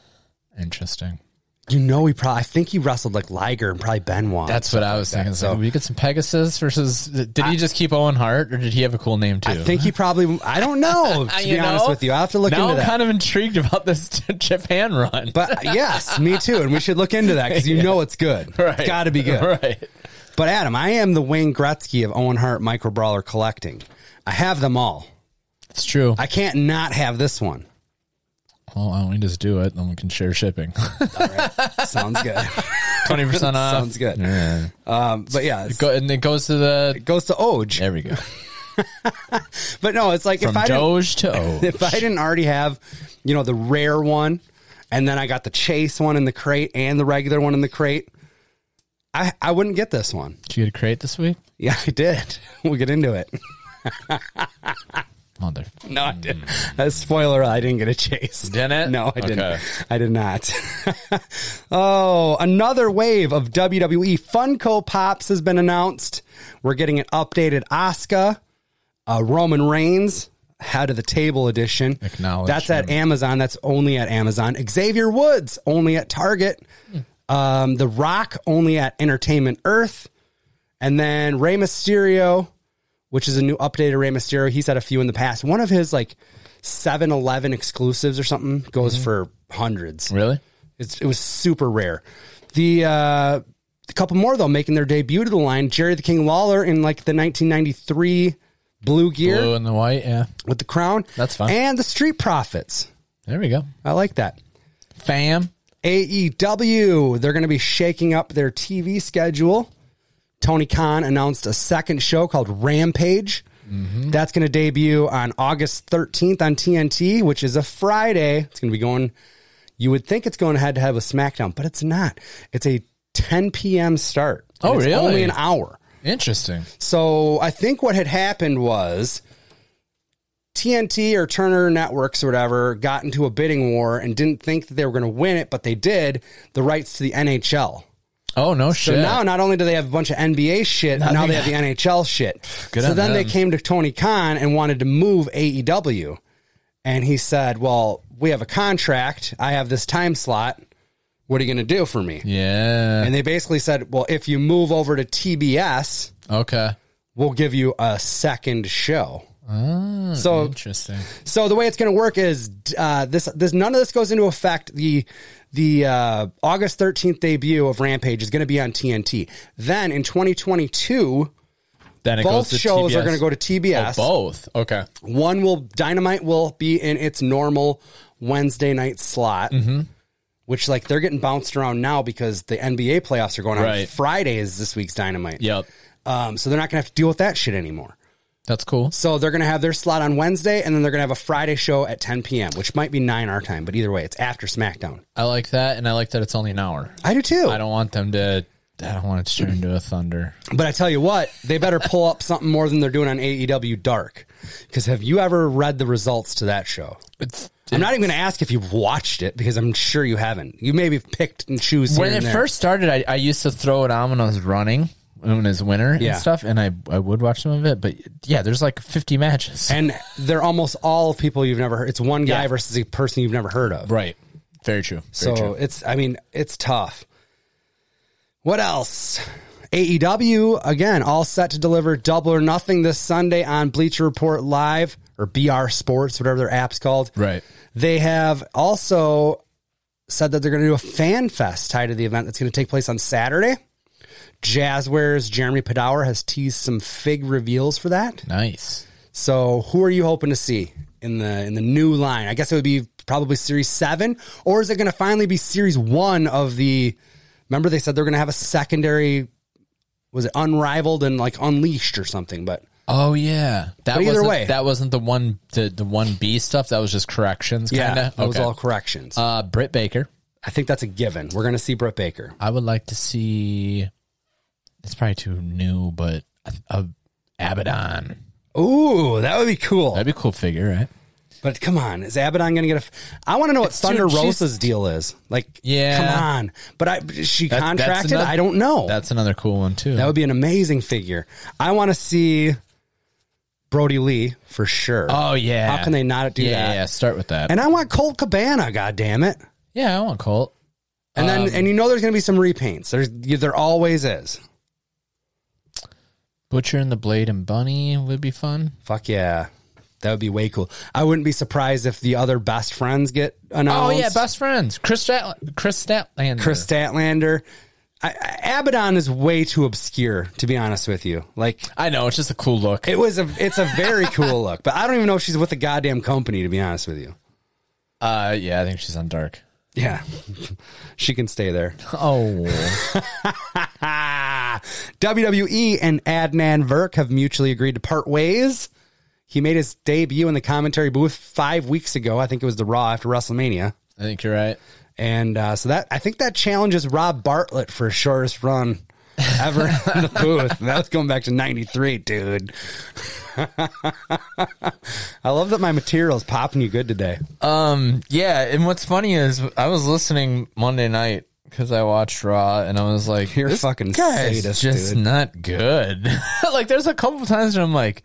S2: Interesting.
S1: You know, he probably, I think he wrestled like Liger and probably Benoit.
S2: That's what I was thinking. So
S1: so-
S2: we get some Pegasus versus did he just keep Owen Hart or did he have a cool name too?
S1: I think he probably, I don't know, to be
S2: You
S1: honest
S2: know?
S1: with you. I'll have to look
S2: now
S1: into
S2: I'm
S1: that.
S2: kind of intrigued about this Japan run.
S1: but yes, me too. And we should look into that because you know it's good. It's got to be good.
S2: Right.
S1: But Adam, I am the Wayne Gretzky of Owen Hart Micro Brawler collecting. I have them all.
S2: It's true.
S1: I can't not have this one.
S2: well, why don't we just do it and we can share shipping?
S1: Sounds good.
S2: 20% off.
S1: Sounds good.
S2: Yeah.
S1: Um, but yeah, it's-
S2: Go, and it goes to the.
S1: it goes to Oj.
S2: There we go.
S1: But no, it's like if
S2: From
S1: I didn't-
S2: Doge to O.
S1: if I didn't already have, you know, the rare one, and then I got the chase one in the crate and the regular one in the crate, I I wouldn't get this one.
S2: Did you get a crate this week?
S1: Yeah, I did. We'll get into it.
S2: Mother.
S1: No, I didn't. Uh, spoiler: I didn't get a chase.
S2: Didn't?
S1: No, I didn't.
S2: Okay.
S1: I did not. oh, another wave of WWE Funko Pops has been announced. We're getting an updated Asuka, uh, Roman Reigns, Head of the Table edition.
S2: Acknowledge
S1: That's at Amazon. That's only at Amazon. Xavier Woods only at Target. Um, the Rock only at Entertainment Earth. And then Rey Mysterio, which is a new updated Rey Mysterio. He's had a few in the past. One of his like 7 Eleven exclusives or something goes
S2: Mm-hmm.
S1: for hundreds.
S2: Really?
S1: It's, it was super rare. The uh, a couple more though making their debut to the line. Jerry the King Lawler in like the 1993 blue gear
S2: Blue and the white. Yeah.
S1: with the crown.
S2: That's fine.
S1: And the Street Profits.
S2: There we go.
S1: I like that.
S2: Fam.
S1: AEW, E they're going to be shaking up their TV schedule. Tony Khan announced a second show called Rampage.
S2: Mm-hmm.
S1: That's going to debut on August 13th on TNT, which is a Friday. It's going to be going, you would think it's going head to head with SmackDown, but it's not. It's a 10 p.m. start. And
S2: Oh,
S1: it's
S2: really?
S1: Only an hour.
S2: Interesting.
S1: So I think what had happened was TNT or Turner Networks or whatever got into a bidding war and didn't think that they were going to win it, but they did the rights to the NHL.
S2: Oh, no
S1: So
S2: shit.
S1: now, not only do they have a bunch of NBA shit, now they have the NHL shit.
S2: Good
S1: so
S2: on
S1: then they
S2: them.
S1: came to Tony Khan and wanted to move AEW. And he said, Well, we have a contract. I have this time slot. What are you going to do for me?
S2: yeah.
S1: And they basically said, Well, if you move over to TBS,
S2: Okay.
S1: we'll give you a second show. so,
S2: Ah, Interesting.
S1: so the way it's going to work is uh, this: this none of this goes into effect. The the uh, August thirteenth debut of Rampage is going to be on TNT. Then in 2022,
S2: Then it
S1: both
S2: goes to
S1: shows
S2: TBS.
S1: are going to go to
S2: Oh,
S1: TBS.
S2: both. Okay.
S1: One will Dynamite will be in its normal Wednesday night slot,
S2: Mm-hmm.
S1: which like they're getting bounced around now because the NBA playoffs are going on.
S2: Right.
S1: Friday is this week's Dynamite,
S2: Yep.
S1: um, so they're not going to have to deal with that shit anymore.
S2: That's cool.
S1: So they're going to have their slot on Wednesday, and then they're going to have a Friday show at 10 p.m., which might be 9 our time, but either way, it's after SmackDown.
S2: I like that, and I like that it's only an hour.
S1: I do too.
S2: I don't want them to. I don't want it to turn into a thunder.
S1: but I tell you what, they better pull up something more than they're doing on AEW Dark. Because have you ever read the results to that show?
S2: It's,
S1: I'm not even going to ask if you've watched it because I'm sure you haven't. You maybe picked and choose
S2: when
S1: here
S2: it
S1: and there.
S2: first started, I, I used to throw it on when I was running, when it was winter
S1: Yeah.
S2: and stuff, and I, I would watch some of it. But yeah, there's like 50 matches.
S1: and they're almost all people you've never heard. It's one guy
S2: Yeah.
S1: versus a person you've never heard of.
S2: right. Very true. Very
S1: So
S2: true.
S1: it's, I mean, it's tough. What else? AEW, again, all set to deliver double or nothing this Sunday on Bleacher Report Live or BR Sports, whatever their app's called.
S2: Right.
S1: They have also said that they're going to do a fan fest tied to the event that's going to take place on Saturday. Jazzwares Jeremy Padower has teased some fig reveals for that.
S2: Nice.
S1: So, who are you hoping to see in the in the new line? I guess it would be probably Series Seven, or is it going to finally be Series One of the? Remember, they said they're going to have a secondary. Was it unrivaled and like unleashed or something? But
S2: Oh yeah, that
S1: But either
S2: wasn't,
S1: way.
S2: that wasn't the one the, the one B stuff. That was just corrections.
S1: Yeah,
S2: Kinda?
S1: that was all corrections.
S2: Uh, Britt Baker.
S1: I think that's a given. We're gonna see Britt Baker.
S2: I would like to see. It's probably too new, but a, a Abaddon.
S1: Ooh, that would be cool.
S2: That'd be a cool figure, right?
S1: But come on, is Abaddon going to get a? F- I want to know what
S2: dude,
S1: Thunder
S2: she's-
S1: Rosa's deal is. Like,
S2: Yeah.
S1: come on. But I, she
S2: That's- that's
S1: contracted.
S2: another-
S1: I don't know.
S2: That's another cool one too.
S1: Oh. that would be an amazing figure. I want to see Brody Lee for sure.
S2: oh yeah.
S1: How can they not do
S2: yeah,
S1: that?
S2: Yeah, start with that.
S1: And I want Colt Cabana. God damn it.
S2: yeah, I want Colt.
S1: And
S2: Um,
S1: then, and you know, there's going to be some repaints. There's, there always is.
S2: Butcher and the Blade and Bunny would be fun.
S1: Fuck yeah, that would be way cool. I wouldn't be surprised if the other best friends get
S2: Oh
S1: announced.
S2: yeah, best friends. Chris Statlander. Chris Statlander.
S1: Chris Statlander. I, I, Abaddon is way too obscure, to be honest with you. Like
S2: I know it's just a cool look.
S1: it was a, it's a very cool look, but I don't even know if she's with the goddamn company, to be honest with you.
S2: Uh, yeah, I think she's on dark.
S1: Yeah, she can stay there.
S2: Oh.
S1: Ah, WWE E and Adnan Verk have mutually agreed to part ways. He made his debut in the commentary booth five weeks ago. I think it was the Raw after WrestleMania.
S2: I think you're right.
S1: And uh, so that I think that challenges Rob Bartlett for shortest run ever in the booth. And that was going back to '93, dude. I love that my material's popping you good today.
S2: Um, yeah, and what's funny is I was listening Monday night because I watched Raw, and I was like,
S1: You're
S2: "This
S1: fucking
S2: guy's
S1: sadist,
S2: just
S1: dude.
S2: not good." like, there's a couple times where I'm like,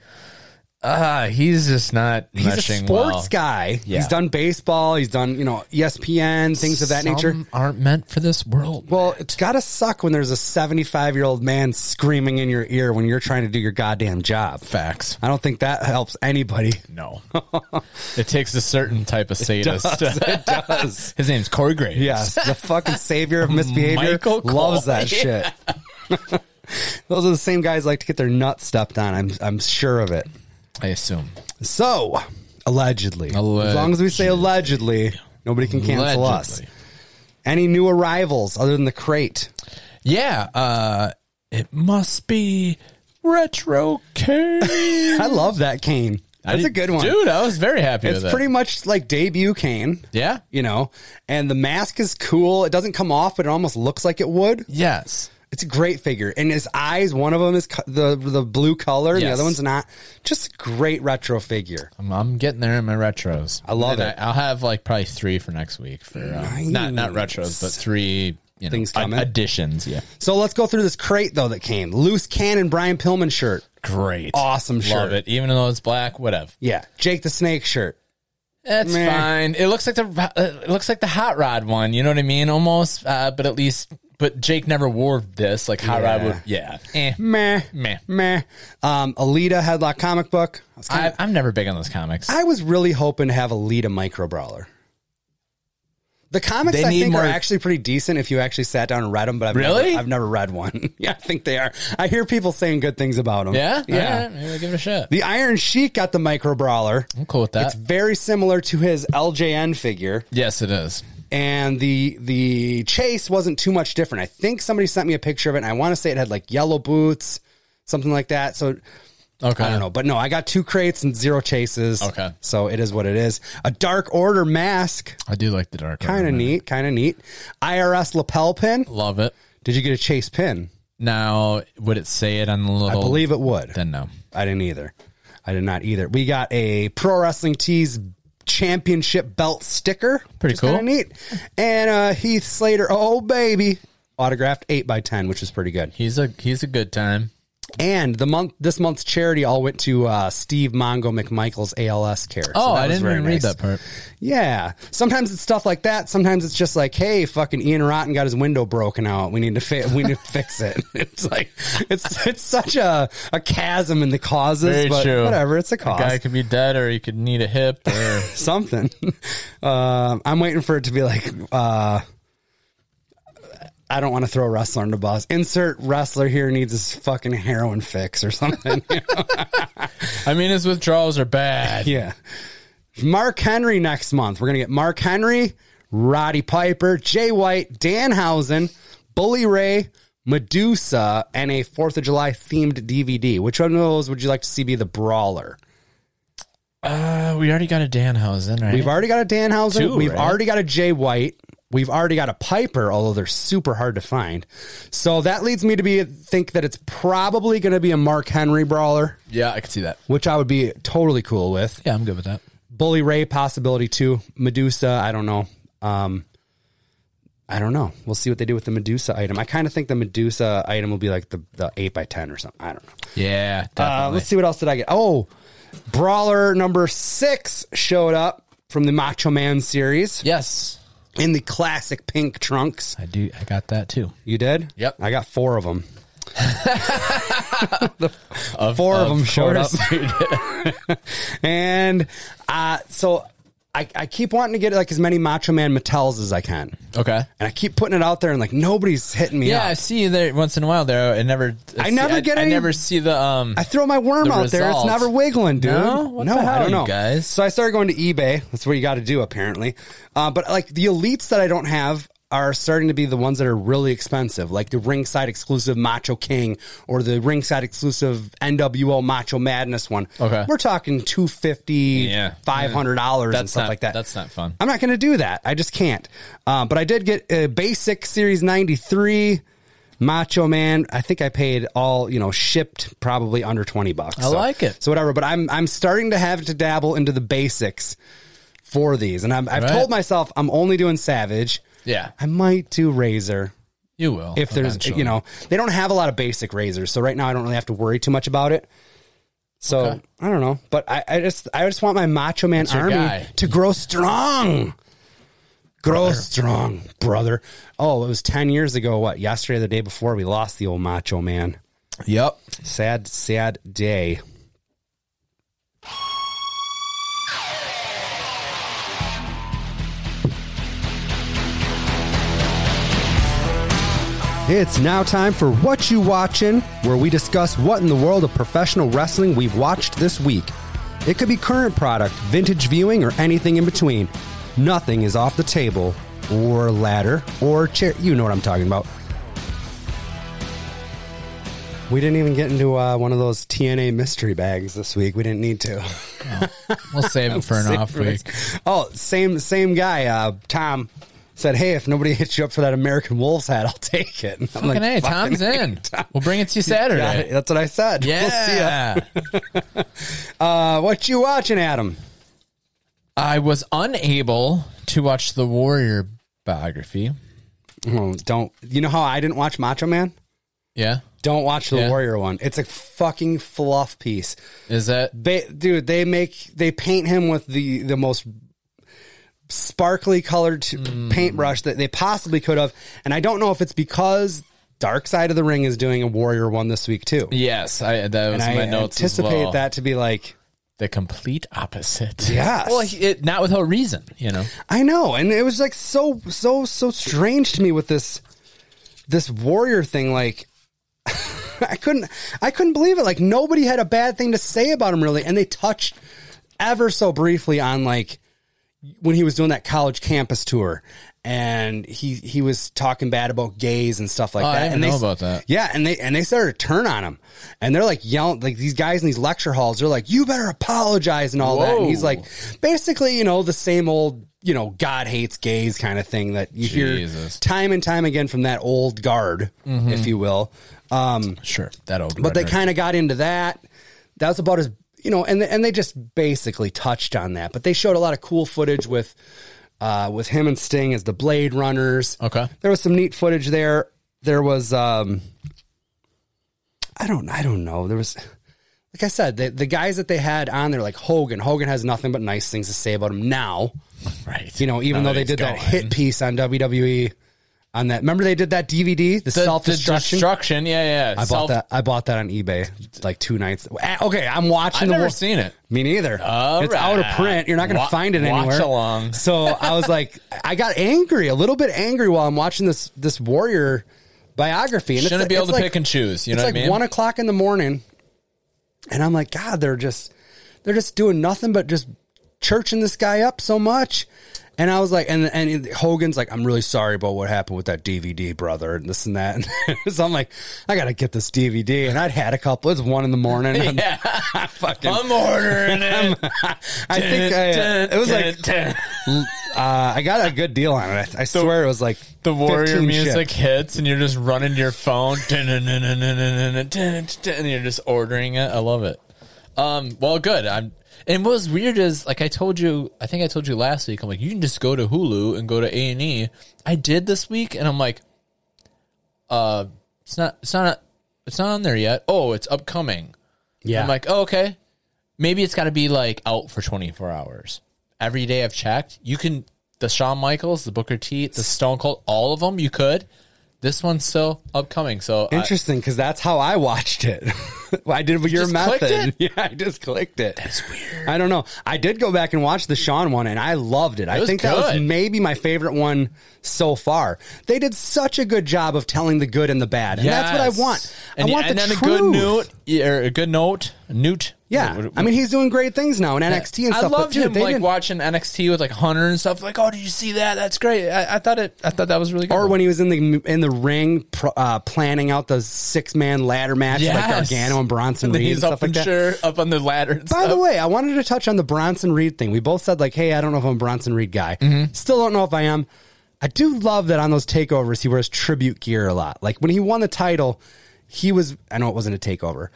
S2: "Ah, he's just not
S1: He's a
S2: meshing
S1: sports
S2: well."
S1: guy.
S2: Yeah.
S1: He's done baseball. He's done you know E ESPN things of that
S2: Some
S1: nature.
S2: aren't meant for this world.
S1: Well, it's gotta suck when there's a 75 year old man screaming in your ear when you're trying to do your goddamn job.
S2: Facts.
S1: I don't think that helps anybody.
S2: No, it takes a certain type of sadist.
S1: does, it does.
S2: His name's Corey Graves.
S1: Yes, the fucking savior of misbehavior
S2: Michael Cole.
S1: loves that shit. Those are the same guys like to get their nuts stepped on. I'm I'm sure of it.
S2: I assume.
S1: So allegedly, as long as we say allegedly, nobody can cancel us.
S2: Allegedly.
S1: Any new arrivals other than the crate?
S2: Yeah. Uh, it must be retro Kane.
S1: I love that Kane.
S2: I
S1: That's a
S2: did-
S1: good one.
S2: dude. I was very happy.
S1: it's
S2: with that.
S1: pretty much like debut Kane.
S2: Yeah.
S1: You know, and the mask is cool. It doesn't come off, but it almost looks like it would.
S2: Yes.
S1: It's a great figure, and his eyes. One of them is co- the the blue color, and the
S2: Yes.
S1: other one's not. Just a great retro figure.
S2: I'm, I'm getting there in my retros. I
S1: love it.
S2: I, will have like probably three for next week for uh, not not retros, but three you know,
S1: Things
S2: ad-
S1: coming.
S2: additions. Yeah,
S1: So let's go through this crate though that came loose cannon Brian Pillman shirt,
S2: great,
S1: awesome
S2: Love
S1: shirt.
S2: it. Even though it's black, whatever.
S1: Yeah, Jake the Snake shirt.
S2: That's
S1: Meh.
S2: fine. It looks like the uh, it looks like the hot rod one. You know what I mean? Almost, uh, but at least. But Jake never wore this. Like hot rod
S1: Yeah.
S2: would. Yeah. Eh.
S1: Meh,
S2: Meh.
S1: meh. Um, Alita headlock comic book. I was, kinda-
S2: I, I'm never big on those comics.
S1: I was really hoping to have Alita micro brawler. The comics
S2: They
S1: I
S2: need
S1: think
S2: more-
S1: are actually pretty decent if you actually sat down and read them, but I've
S2: Really?
S1: never, I've never read one. yeah, I think they are. I hear people saying good things about them.
S2: yeah.
S1: yeah.
S2: All right, Uh, maybe I'll give it a shot.
S1: The Iron Sheik got the micro brawler.
S2: I'm cool with that.
S1: It's very similar to his LJN figure,
S2: yes, it is.
S1: and the the chase wasn't too much different. I think somebody sent me a picture of it, and I want to say it had like yellow boots, something like that. So
S2: Okay.
S1: I don't know, but no, I got two crates and zero chases.
S2: Uh-huh. Okay.
S1: so it is what it is. A Dark Order mask,
S2: I do like the dark.
S1: kind of
S2: order.
S1: neat, kind of neat. IRS lapel pin.
S2: Love it.
S1: Did you get a chase pin?
S2: Now, would it say it on the little?
S1: I believe it would.
S2: Oh, Then no.
S1: I didn't either. I did not either. We got a pro wrestling tees championship belt sticker. which
S2: Pretty
S1: is kinda
S2: cool.
S1: neat. And uh, Heath Slater, oh baby, autographed eight by ten, which is pretty good.
S2: He's a he's a good time.
S1: And the month this month's charity all went to uh, Steve Mongo McMichael's ALS care. So
S2: Oh,
S1: that
S2: I
S1: was
S2: didn't
S1: very
S2: even
S1: nice.
S2: read that part.
S1: Yeah. Sometimes it's stuff like that. Sometimes it's just like, hey, fucking Ian Rotten got his window broken out. We need to fi- we need to fix it. It's like it's it's such a, a chasm in the causes,
S2: Very
S1: but
S2: true.
S1: whatever. It's a cause.
S2: Guy could be dead, or he could need a hip, or
S1: something. Um, I'm waiting for it to be like, uh, I don't want to throw a wrestler on the bus. Insert wrestler here needs his fucking heroin fix or something.
S2: I mean, his withdrawals are bad.
S1: yeah. Mark Henry next month. We're going to get Mark Henry, Roddy Piper, Jay White, Dan Housen, Bully Ray, Medusa, and a Fourth of July themed DVD. Which one of those would you like to see be the brawler?
S2: Uh, we already got a Danhausen, right?
S1: We've already got a Danhausen.
S2: Eh? Two,
S1: we've
S2: right?
S1: already got a Jay White. We've already got a Piper, although they're super hard to find. So that leads me to be think that it's probably going to be a Mark Henry brawler,
S2: yeah, I could see that.
S1: which I would be totally cool with.
S2: Yeah, I'm good with that.
S1: Bully Ray possibility too. Medusa, I don't know. Um, I don't know. We'll see what they do with the Medusa item. I kind of think the Medusa item will be like the the eight by ten or something. I don't know.
S2: Yeah,
S1: Uh,
S2: definitely.
S1: let's see what else did I get. Oh, brawler number six showed up from the Macho Man series
S2: yes,
S1: in the classic pink trunks.
S2: I do. I got that too.
S1: You did?
S2: Yep.
S1: I got four of them. four of, them showed up. and uh, so I, I keep wanting to get like as many Macho Man Mattels as I can.
S2: Okay.
S1: And I keep putting it out there and like nobody's hitting me
S2: Yeah,
S1: up.
S2: I see you there once in a while. There, I never.
S1: I never
S2: see-
S1: get
S2: I,
S1: any-
S2: I never see the um.
S1: I throw my worm
S2: The
S1: out there. It's
S2: result.
S1: never wiggling, dude.
S2: No? What the
S1: I
S2: hell,
S1: don't
S2: you
S1: know,
S2: guys?
S1: So I started going to eBay. That's what you got to do, apparently. Uh, but like the elites that I don't have are starting to be the ones that are really expensive, like the ringside exclusive Macho King or the ringside exclusive NWO Macho Madness one.
S2: Okay.
S1: we're talking two fifty,
S2: Yeah.
S1: five hundred dollars and
S2: That's
S1: stuff
S2: not-
S1: like that.
S2: that's not fun.
S1: I'm not going to do that. I just can't. Uh, but I did get a basic Series 93 Macho Man. I think I paid all, you know, shipped probably under 20 bucks.
S2: I like it.
S1: So whatever, but I'm I'm starting to have to dabble into the basics for these. And I'm, I've
S2: Right.
S1: told myself I'm only doing Savage.
S2: yeah,
S1: I might do Razor
S2: you will
S1: if there's,
S2: eventually.
S1: you know, they don't have a lot of basic razors, so right now I don't really have to worry too much about it. So
S2: Okay.
S1: I don't know, but I, I just I just want my Macho Man
S2: your
S1: army
S2: guy.
S1: to grow strong, grow strong, brother. Oh, it was ten years ago. What yesterday, or the day before, we lost the old Macho Man.
S2: Yep.
S1: Sad, sad day. It's now time for What You Watchin', where we discuss what in the world of professional wrestling we've watched this week. It could be current product, vintage viewing, or anything in between. Nothing is off the table, or ladder, or chair. You know what I'm talking about. We didn't even get into uh, one of those TNA mystery bags this week. We didn't need to.
S2: We'll save it for an off week.
S1: Oh, same same guy, uh, Tom. Said, hey, if nobody hits you up for that American Wolves hat, I'll take it. And I'm
S2: Fucking hey,
S1: "Fucking
S2: Tom's
S1: hey,
S2: in.
S1: Tom."
S2: We'll bring it to you
S1: Got
S2: Saturday.
S1: it. That's what I said. We'll see ya.
S2: Yeah.
S1: Uh, what you watching, Adam?
S2: I was unable to watch the Warrior biography.
S1: Oh, don't you know how I didn't watch Macho Man?
S2: Yeah.
S1: Don't watch the
S2: Yeah.
S1: Warrior one. It's a fucking fluff piece.
S2: Is that
S1: They, dude, they make they paint him with the the most sparkly colored t- paintbrush that they possibly could have, and I don't know if it's because Dark Side of the Ring is doing a Warrior one this week too,
S2: Yes, I that
S1: and
S2: was
S1: I
S2: my notes. as
S1: anticipate
S2: well.
S1: that to be like.
S2: the complete opposite.
S1: Yes.
S2: Well, it, not without reason, you know.
S1: I know, and it was like so so so strange to me with this this warrior thing. Like I couldn't I couldn't believe it. Like nobody had a bad thing to say about him really, and they touched ever so briefly on like when he was doing that college campus tour. And he he was talking bad about gays and stuff like
S2: Oh, I
S1: that.
S2: didn't
S1: and
S2: know
S1: they,
S2: about that.
S1: Yeah, and they and they started to turn on him, and they're like yelling like these guys in these lecture halls. They're like, "You better apologize and all that." And he's
S2: Whoa.
S1: like, basically, you know, the same old, you know, God hates gays kind of thing that you
S2: Jesus. Mm-hmm.
S1: hear time and time again from that old guard, if you will. Um,
S2: Sure, that old.
S1: but they kind of got into that. That was about as you know, and and they just basically touched on that. But they showed a lot of cool footage with uh, with him and Sting as the Blade Runners.
S2: Okay.
S1: there was some neat footage there. There was um, I don't I don't know. There was like I said, the, the guys that they had on there, like Hogan. Hogan has nothing but nice things to say about him now.
S2: right.
S1: You know, even
S2: Now
S1: though they
S2: he's
S1: did that
S2: gone.
S1: hit piece on WWE on that. Remember they did that DVD, the
S2: The- the
S1: self destruction.
S2: destruction, yeah, yeah.
S1: I bought that. I bought that on eBay like two nights. Ah, Okay, I'm watching.
S2: I've
S1: the
S2: never
S1: wor-
S2: seen it.
S1: Me neither.
S2: All
S1: it's out of
S2: right.
S1: print. You're not going to
S2: Wa-
S1: find it
S2: watch
S1: anywhere.
S2: along.
S1: So I was like, I got angry, a little bit angry while I'm watching this this Warrior biography. And
S2: Shouldn't
S1: it's,
S2: be able
S1: it's
S2: to
S1: like-
S2: pick and choose. You
S1: it's
S2: know
S1: like
S2: what I mean?
S1: one o'clock in the morning, and I'm like, God, they're just they're just doing nothing but just churching this guy up so much. And I was like, and and Hogan's like, I'm really sorry about what happened with that DVD, brother, and this and that. And so I'm like, I gotta get this DVD. And I'd had a couple. It's one in the morning. I'm, I fucking.
S2: I'm ordering it.
S1: I think I, uh, it was like uh, I got a good deal on it. I, I swear it was like
S2: the warrior
S1: 15
S2: music
S1: shit.
S2: hits, and you're just running to your phone, and you're just ordering it. I love it. Um, well, good. I'm. And what's weird is, like I told you, I think I told you last week. I'm like, you can just go to Hulu and go to A and E. I did this week, and I'm like, uh, it's not, it's not, it's not on there yet. Oh, it's upcoming.
S1: Yeah,
S2: I'm like, oh, okay. Maybe it's got to be like out for 24 hours. Every day I've checked, you can the Shawn Michaels, the Booker T, the Stone Cold, all of them. You could. This one's still upcoming, so I-
S1: interesting because that's how I watched it. I did with your
S2: just clicked
S1: method. Yeah, I just clicked it. That's weird. I don't know. I did go back and watch the Sean one, and I loved it. I
S2: was
S1: think that was
S2: good.
S1: maybe my favorite one so far. They did such a good job of telling the good and the bad, and that's what
S2: Yes.
S1: I want.
S2: And,
S1: I want
S2: and
S1: the
S2: then
S1: truth.
S2: a good note, or a good note, newt.
S1: Yeah,
S2: What- what-
S1: I mean he's doing great things now in NXT and
S2: I
S1: stuff.
S2: loved
S1: but dude,
S2: him
S1: they
S2: like
S1: didn't-
S2: watching NXT with like Hunter and stuff. Like, oh, did you see that? That's great. I, I thought it. I thought that was really good.
S1: or when he was in the in the ring pro, uh, planning out the six man ladder match like
S2: Yes.
S1: Gargano and Bronson
S2: And then
S1: Reed and
S2: he's
S1: stuff
S2: up
S1: like
S2: on
S1: that.
S2: sure up on the ladder. and
S1: By
S2: stuff.
S1: the way, I wanted to touch on the Bronson Reed thing. We both said like, "Hey, I don't know if I'm a Bronson Reed guy."
S2: Mm-hmm.
S1: Still don't know if I am. I do love that on those takeovers he wears tribute gear a lot. Like when he won the title, he was I know it wasn't a takeover.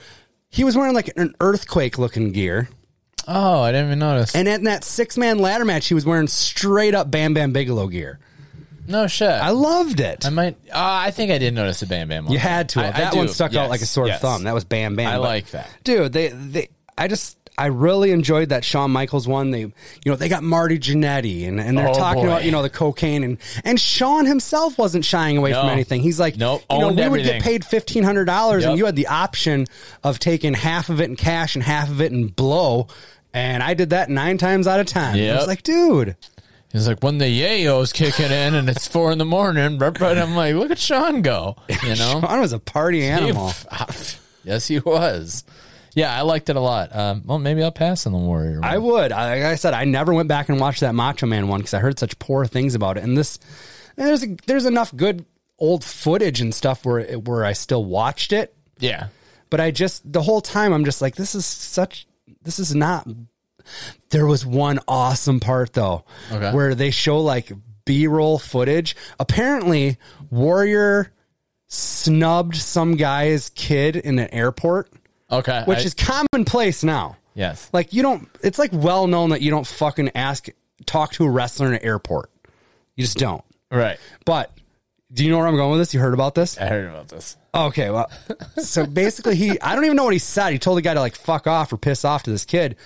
S1: He was wearing like an earthquake looking gear.
S2: oh, I didn't even notice.
S1: And in that six man ladder match, he was wearing straight up Bam Bam Bigelow gear.
S2: no shit.
S1: I loved it.
S2: I might. Uh, I think I did notice the Bam Bam.
S1: You had to.
S2: I-
S1: have.
S2: I
S1: that
S2: do.
S1: one stuck
S2: Yes,
S1: out like a sore
S2: yes.
S1: thumb. That was Bam Bam.
S2: I
S1: But-
S2: like that.
S1: dude. They, they, I just, I really enjoyed that Shawn Michaels one. They, you know, they got Marty Jannetty, and, and they're
S2: Oh,
S1: talking
S2: boy.
S1: about you know the cocaine, and and Shawn himself wasn't shying away from
S2: No.
S1: anything. He's like,
S2: Nope,
S1: you know,
S2: owned
S1: we would
S2: everything.
S1: get paid fifteen hundred dollars, and
S2: Yep.
S1: you had the option of taking half of it in cash and half of it in blow. And I did that nine times out of ten. I was
S2: Yep.
S1: like, dude,
S2: He's like, when the yayo's kicking in and it's four in the morning, but I'm like, look at Sean go. You know,
S1: Shawn was a party animal.
S2: yes, he was. Yeah, I liked it a lot. Um, well, maybe I'll pass on the Warrior. one.
S1: I would. I, like I said, I never went back and watched that Macho Man one because I heard such poor things about it. And this, and there's there's enough good old footage and stuff where it, where I still watched it,
S2: yeah,
S1: but I just the whole time I'm just like, this is such. This is not. There was one awesome part though,
S2: Okay.
S1: where they show like B-roll footage. Apparently, Warrior snubbed some guy's kid in an airport,
S2: okay.
S1: which
S2: I-
S1: is commonplace now.
S2: yes,
S1: Like you don't. It's like well known that you don't fucking ask talk to a wrestler in an airport. You just don't.
S2: right.
S1: But do you know where I'm going with this? You heard about this?
S2: I heard about this.
S1: Okay. Well, so basically, he I don't even know what he said. He told the guy to like fuck off or piss off to this kid.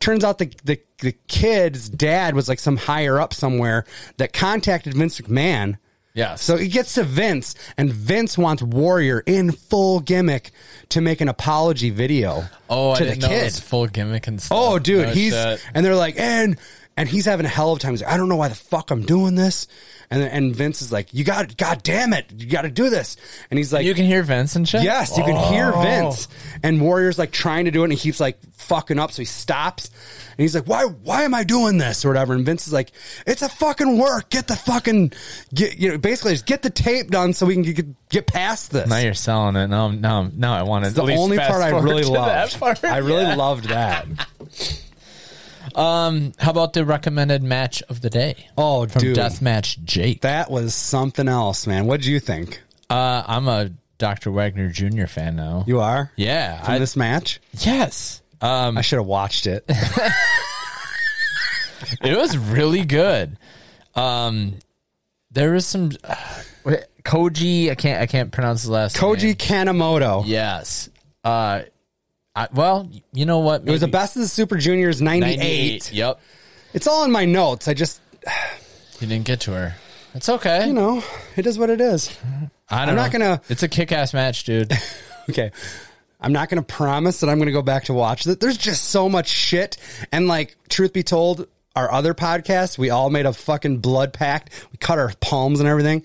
S1: Turns out the the the kid's dad was like some higher up somewhere that contacted Vince McMahon.
S2: Yeah.
S1: So he gets to Vince, and Vince wants Warrior in full gimmick to make an apology video
S2: oh, I
S1: to
S2: didn't
S1: the
S2: know
S1: kid.
S2: it was full gimmick and stuff.
S1: Oh, dude,
S2: No
S1: he's
S2: shit.
S1: and they're like, and and he's having a hell of a time. He's like, I don't know why the fuck I'm doing this. And and Vince is like, you got, god damn it, you got to do this. And he's like,
S2: You can hear Vince and shit.
S1: yes, you can hear
S2: Oh.
S1: Vince. And Warrior's like trying to do it, and he keeps like fucking up. So he stops, and he's like, why, why am I doing this or whatever? And Vince is like, it's a fucking work. Get the fucking, get you know, basically just get the tape done so we can get, get past this.
S2: Now you're selling it. Now, I'm- now, I'm- now I want to.
S1: the only part I really
S2: love.
S1: loved. I really loved that.
S2: Um, How about the recommended match of the day?
S1: Oh,
S2: from
S1: dude.
S2: Deathmatch Jake.
S1: That was something else, man. What'd you think?
S2: Uh, I'm a Dr. Wagner Jr. fan now.
S1: You are?
S2: yeah.
S1: From
S2: I-
S1: this match?
S2: yes. Um,
S1: I should have watched it.
S2: it was really good. Um, there was some uh, wait, Koji. I can't. I can't pronounce the last
S1: Koji
S2: name.
S1: Kanemoto.
S2: Yes. Uh, I, well, you know what?
S1: It was the best of the Super Juniors 98.
S2: Yep.
S1: It's all in my notes. I just,
S2: You didn't get to her. It's okay.
S1: you know, it is what it is.
S2: I don't
S1: I'm not
S2: know.
S1: gonna-
S2: It's a kick-ass match, dude.
S1: Okay. I'm not going to promise that I'm going to go back to watch it. There's just so much shit. And like, truth be told, our other podcast, we all made a fucking blood pact. We cut our palms and everything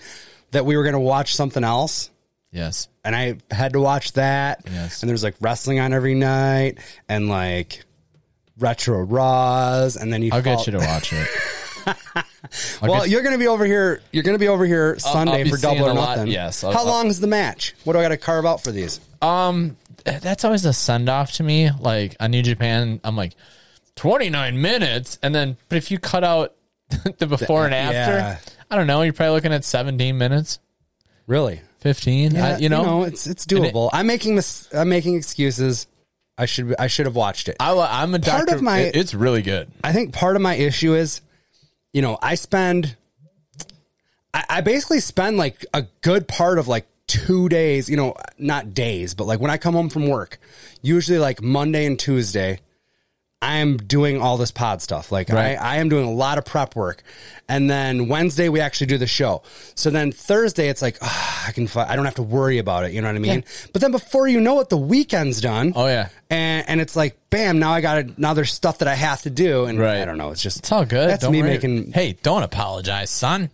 S1: that we were going to watch something else.
S2: yes.
S1: and I had to watch that.
S2: Yes.
S1: And there's like wrestling on every night and like retro Raws. And then you
S2: I'll
S1: fall-
S2: get you to watch it. Like
S1: well,
S2: I-
S1: you're going to be over here. You're going to be over here Sunday
S2: be
S1: for double
S2: seeing
S1: or
S2: a lot,
S1: nothing.
S2: yes. I'll-
S1: How
S2: I'll-
S1: long is the match? What do I got to carve out for these?
S2: Um, that's always a send off to me. Like on New Japan, I'm like 29 minutes, and then but if you cut out the before and after,
S1: yeah.
S2: I don't know. You're probably looking at 17 minutes,
S1: Really?
S2: 15. I, you, know,
S1: Uh, it's it's doable. I'm making this. I'm making excuses. I should I should have watched it.
S2: I, am a
S1: Part
S2: doctor.
S1: of my-
S2: it- it's really good.
S1: I think part of my issue is, you know, I spend, I, I basically spend like a good part of like two days, you know, not days, but like when I come home from work, usually like Monday and Tuesday, I am doing all this pod stuff. Like
S2: Right.
S1: I, I am doing a lot of prep work. And then Wednesday we actually do the show. So then Thursday it's like, ah, I can, fi- I don't have to worry about it. You know what I mean? But then before you know it, the weekend's done
S2: Oh yeah,
S1: and and it's like bam now i got it now there's stuff that i have to do and
S2: Right.
S1: i don't know it's just
S2: it's all good.
S1: that's
S2: don't
S1: me
S2: worry.
S1: making
S2: Hey, don't apologize, son.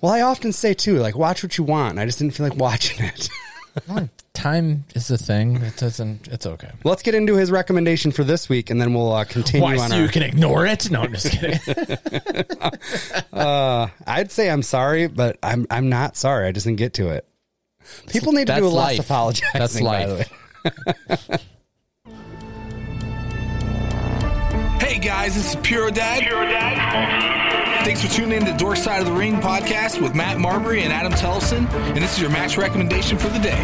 S1: well i often say too like watch what you want and i just didn't feel like watching it
S2: Time is a thing. It doesn't. It's okay.
S1: let's get into his recommendation for this week and then we'll uh, continue
S2: Why?
S1: on
S2: So
S1: our,
S2: you can ignore it? No, I'm just kidding.
S1: i'd say i'm sorry but i'm i'm not sorry i just didn't get to it people need to
S2: That's
S1: do a lot
S2: life.
S1: of apologizing
S2: That's
S1: by the
S2: life.
S1: way.
S5: Hey guys, this is Pure Dad.
S6: Pure Dad.
S5: Thanks for tuning in to Dork Side of the Ring podcast with Matt Marbury and Adam Tellison. And this is your match recommendation for the day.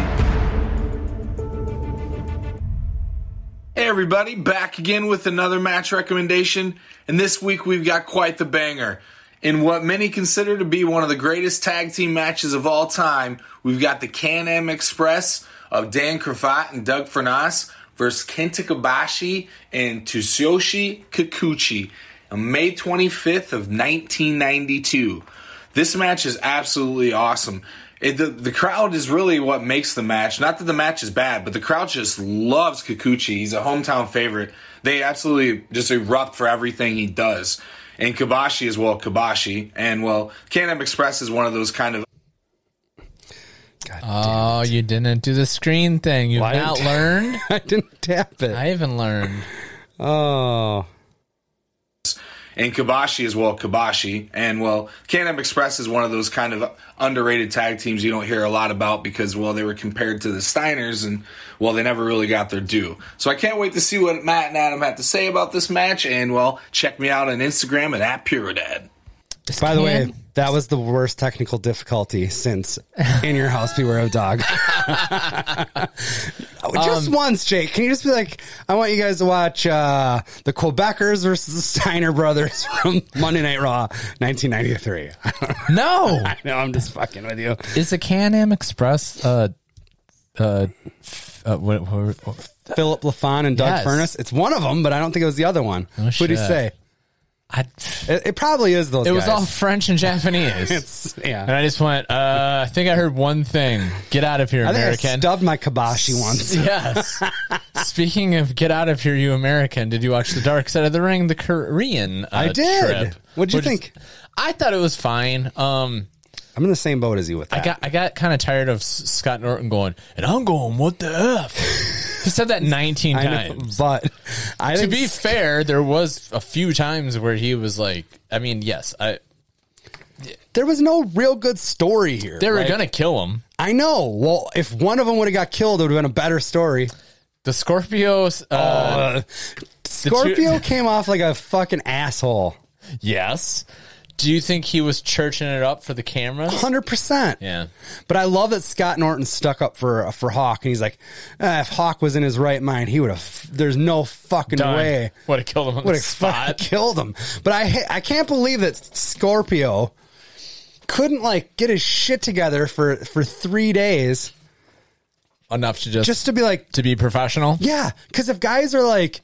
S5: Hey everybody, back again with another match recommendation. And this week we've got quite the banger. In what many consider to be one of the greatest tag team matches of all time, we've got the Can Am Express of Dan Cravat and Doug Fernas versus Kenta Kobashi and Tsuyoshi Kikuchi on May 25th of 1992. This match is absolutely awesome. It, the, the crowd is really what makes the match. Not that the match is bad, but the crowd just loves Kikuchi. He's a hometown favorite. They absolutely just erupt for everything he does. And Kabashi is, well, Kabashi. And, well, Can Express is one of those kind of
S1: God
S2: oh, you didn't do the screen thing. You've
S1: Why
S2: not
S1: didn't-
S2: learned.
S1: damn, i didn't tap it
S2: I even learned.
S1: oh
S5: and Kabashi as well, Kabashi. And well, Can Express is one of those kind of underrated tag teams you don't hear a lot about because well they were compared to the Steiners and well they never really got their due. So I can't wait to see what Matt and Adam have to say about this match. And well, check me out on Instagram at, at Purodad.
S1: by the way
S2: Can-
S1: that was the worst technical difficulty since in your house beware of dog
S2: Um,
S1: just once jake can you just be like i want you guys to watch uh the quebecers versus the steiner brothers from monday night raw 1993
S2: No.
S1: no i'm just fucking with you
S2: Is the Can Am Express uh uh, f- uh what, what, what-
S1: philip lafon and doug
S2: Yes.
S1: furnace it's one of them but i don't think it was the other one what do you
S2: shit.
S1: say
S2: I,
S1: it, it probably is those
S2: it was
S1: guys.
S2: all French and Japanese.
S1: it's,
S2: and
S1: yeah
S2: I just went, uh, I think I heard one thing. Get out of here,
S1: i think i
S2: American.
S1: stubbed my kabashi once
S2: yes. Speaking of get out of here, you American, did you watch The Dark Side of the Ring, the Korean uh,
S1: i did
S2: trip?
S1: what'd you
S2: Which-
S1: think
S2: I thought it was fine. Um,
S1: i'm in the same boat as you with that
S2: I got I got kind of tired of S- Scott Norton going, and I'm going, what the F? he said that 19
S1: I know,
S2: times.
S1: but I
S2: to
S1: think
S2: be fair, there was a few times where he was like, I mean, yes, I
S1: there was no real good story here.
S2: they were
S1: Like,
S2: gonna kill him.
S1: I know. Well, if one of them would have got killed, it would have been a better story.
S2: The Scorpios, uh,
S1: Scorpio came off like a fucking asshole.
S2: yes. Do you think he was churching it up for the cameras?
S1: 100%.
S2: Yeah,
S1: But I love that Scott Norton stuck up for for Hawk and he's like, "Ah, if Hawk was in his right mind, he would have there's no fucking way.
S2: would have killed him on
S1: would
S2: the
S1: have fucking
S2: spot.
S1: killed him. But I ha- I can't believe that Scorpio couldn't like get his shit together for for 3 days
S2: Enough to just,
S1: just to be like
S2: to be professional.
S1: Yeah, because if guys are like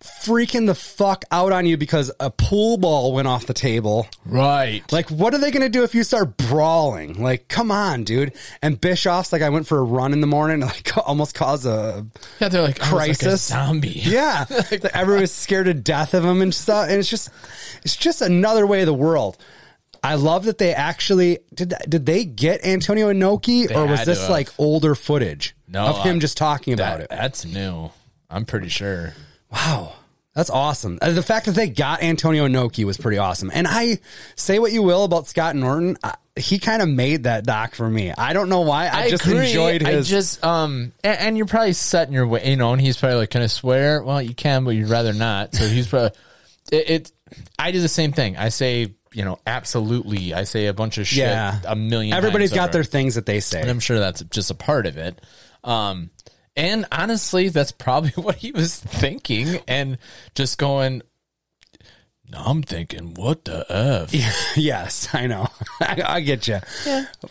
S1: freaking the fuck out on you because a pool ball went off the table,
S2: Right.
S1: like what are they gonna do if you start brawling? Like, come on, dude. And Bischoff's like, I went for a run in the morning, and like almost caused a
S2: Yeah, they're like I was like a
S1: Crisis.
S2: zombie.
S1: yeah. like, everyone's scared to death of him and stuff. And it's just, it's just another way of the world. I love that they actually did. That, did they get Antonio Inoki, or was
S2: had to
S1: this
S2: have.
S1: like older footage
S2: No,
S1: of him
S2: I-
S1: just talking about it?
S2: That- that's new. I'm pretty sure.
S1: Wow. That's awesome. Uh, The fact that they got Antonio Inoki was pretty awesome. And I say what you will about Scott Norton, I, he kind of made that doc for me. I don't know why. I, just
S2: agree.
S1: enjoyed his.
S2: I just um, a- and, you're probably setting your way, you know. And he's probably like, "Can I swear?" Well, you can, but you'd rather not. So he's probably it. it I do the same thing. I say, you know, absolutely. I say a bunch of shit.
S1: yeah,
S2: a million.
S1: Everybody's
S2: times
S1: got
S2: over.
S1: their things that they say.
S2: and I'm sure that's just a part of it. Um, and honestly, that's probably what he was thinking, and just going. I'm thinking, what the f?
S1: Yes, I know. I, I get you.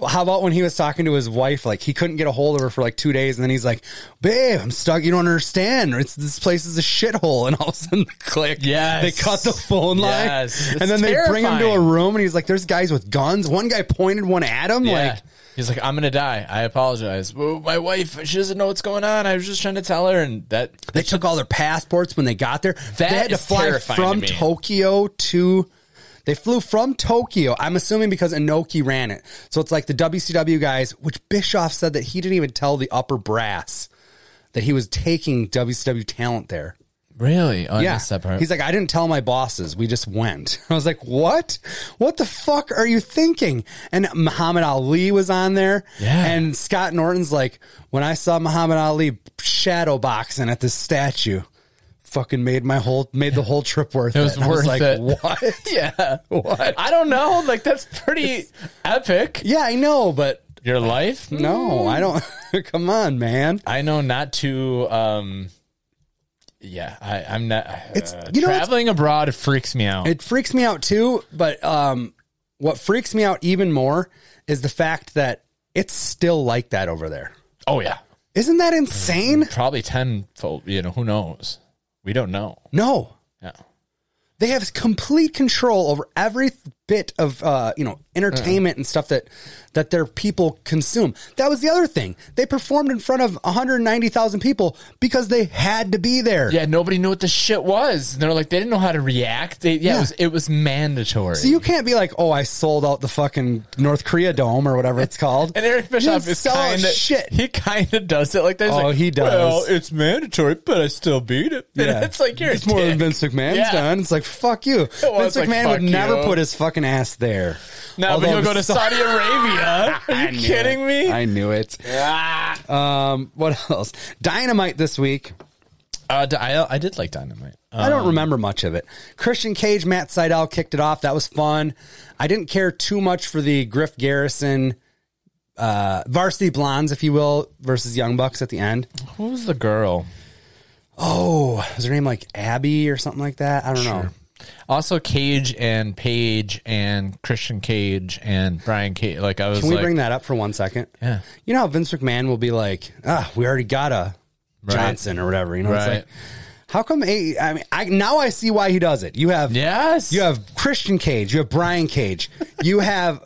S1: How about when he was talking to his wife? Like he couldn't get a hold of her for like two days, and then he's like, "Babe, I'm stuck. You don't understand. It's this place is a shithole." And all of a sudden, click.
S2: Yes.
S1: they cut the phone line,
S2: Yes.
S1: and then
S2: It's
S1: they bring him to a
S2: terrifying.
S1: room, and he's like, "There's guys with guns. One guy pointed one at him.
S2: Yeah.
S1: Like,
S2: he's like, I'm gonna die. I apologize. Well, my wife, she doesn't know what's going on. I was just trying to tell her, and that
S1: They took all their passports when they got there. they had to
S2: is
S1: fly
S2: terrifying to
S1: from
S2: me.
S1: Tokyo to. They flew from Tokyo. I'm assuming because Inoki ran it. So it's like the WCW guys, which Bischoff said that he didn't even tell the upper brass that he was taking WCW talent there.
S2: really, oh, I
S1: Yeah.
S2: missed that part.
S1: He's like, I didn't tell my bosses. We just went. I was like, what? What the fuck are you thinking? And Muhammad Ali was on there.
S2: Yeah.
S1: And Scott Norton's like, when I saw Muhammad Ali shadow boxing at this statue, fucking made my whole, made the whole trip worth it.
S2: was
S1: And
S2: worth
S1: I
S2: it.
S1: was like, what?
S2: yeah,
S1: What?
S2: I don't know. Like that's pretty epic.
S1: yeah, I know, but
S2: Your life? Mm.
S1: no, I don't. Come on, man.
S2: I know not to. um Yeah, I, I'm not.
S1: It's-
S2: uh,
S1: you know, it's-
S2: traveling abroad freaks me out.
S1: It freaks me out too, but um, what freaks me out even more is the fact that it's still like that over there.
S2: oh yeah,
S1: Isn't that insane?
S2: probably tenfold. You know, who knows? We don't know.
S1: No.
S2: Yeah.
S1: They have complete control over every bit of uh, you know entertainment and stuff that that their people consume. That was the other thing. They performed in front of 190,000 people because they had to be there.
S2: Yeah, nobody knew what the shit was. And They're like, they didn't know how to react. They, yeah,
S1: Yeah.
S2: It, was, it was mandatory.
S1: So you can't be like, "Oh, I sold out the fucking North Korea dome or whatever it's called."
S2: and Eric
S1: You
S2: Bischoff
S1: didn't
S2: is
S1: sell out
S2: kind of
S1: shit.
S2: He kind of does it like that. He's
S1: Oh,
S2: like,
S1: he does.
S2: Well, it's mandatory, but I still beat it. And it's like you're.
S1: it's more than
S2: than
S1: Vince McMahon's
S2: Yeah.
S1: done. It's like fuck you.
S2: Well,
S1: Vince
S2: it's like,
S1: McMahon would
S2: fuck
S1: never
S2: you.
S1: put his fucking ass there.
S2: No, but
S1: Although
S2: you'll go to
S1: so-
S2: Saudi Arabia. Are
S1: I
S2: you
S1: knew
S2: kidding
S1: it.
S2: me?
S1: I knew it.
S2: Ah.
S1: Um, what else? Dynamite this week.
S2: Uh, d- I, I did like Dynamite. Uh,
S1: I don't remember much of it. Christian Cage, Matt Seidel kicked it off. That was fun. I didn't care too much for the Griff Garrison, uh, Varsity Blondes, if you will, versus Young Bucks at the end.
S2: who was the girl?
S1: Oh, is her name like Abby or something like that? I don't know.
S2: Also, Cage and Paige and Christian Cage and Brian Cage. Like I was
S1: Can we
S2: like,
S1: bring that up for one second?
S2: Yeah.
S1: You know how Vince McMahon will be like, ah, we already got a Johnson or whatever. You know, it's
S2: Right.
S1: like, how come? A, I mean, I, now I see why he does it. You have
S2: Yes.
S1: You have Christian Cage. You have Brian Cage. You have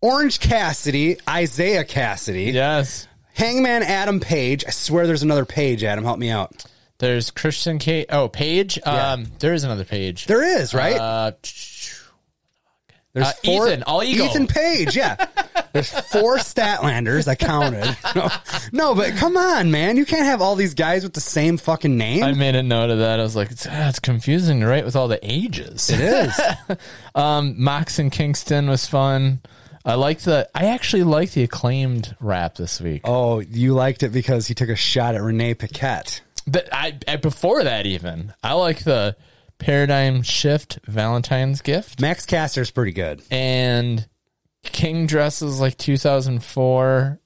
S1: Orange Cassidy, Isaiah Cassidy,
S2: Yes.
S1: Hangman Adam Page. I swear there's another Page, Adam. Help me out.
S2: There's Christian Cage. Oh, Page. Um, there is another Page.
S1: There is, right?
S2: Uh,
S1: there's
S2: uh, Ethan, all ego.
S1: Ethan Page, yeah. There's four Statlanders. I counted. No, no, but come on, man. You can't have all these guys with the same fucking name.
S2: I made a note of that. I was like, it's, ah, it's confusing to write with all the ages.
S1: it is.
S2: Um, Mox and Kingston was fun. I like the. I actually like the acclaimed rap this week.
S1: Oh, you liked it because he took a shot at Renee Paquette.
S2: But I, I before that even I like the paradigm shift Valentine's gift
S1: Max Caster's pretty good.
S2: and King dresses like 2004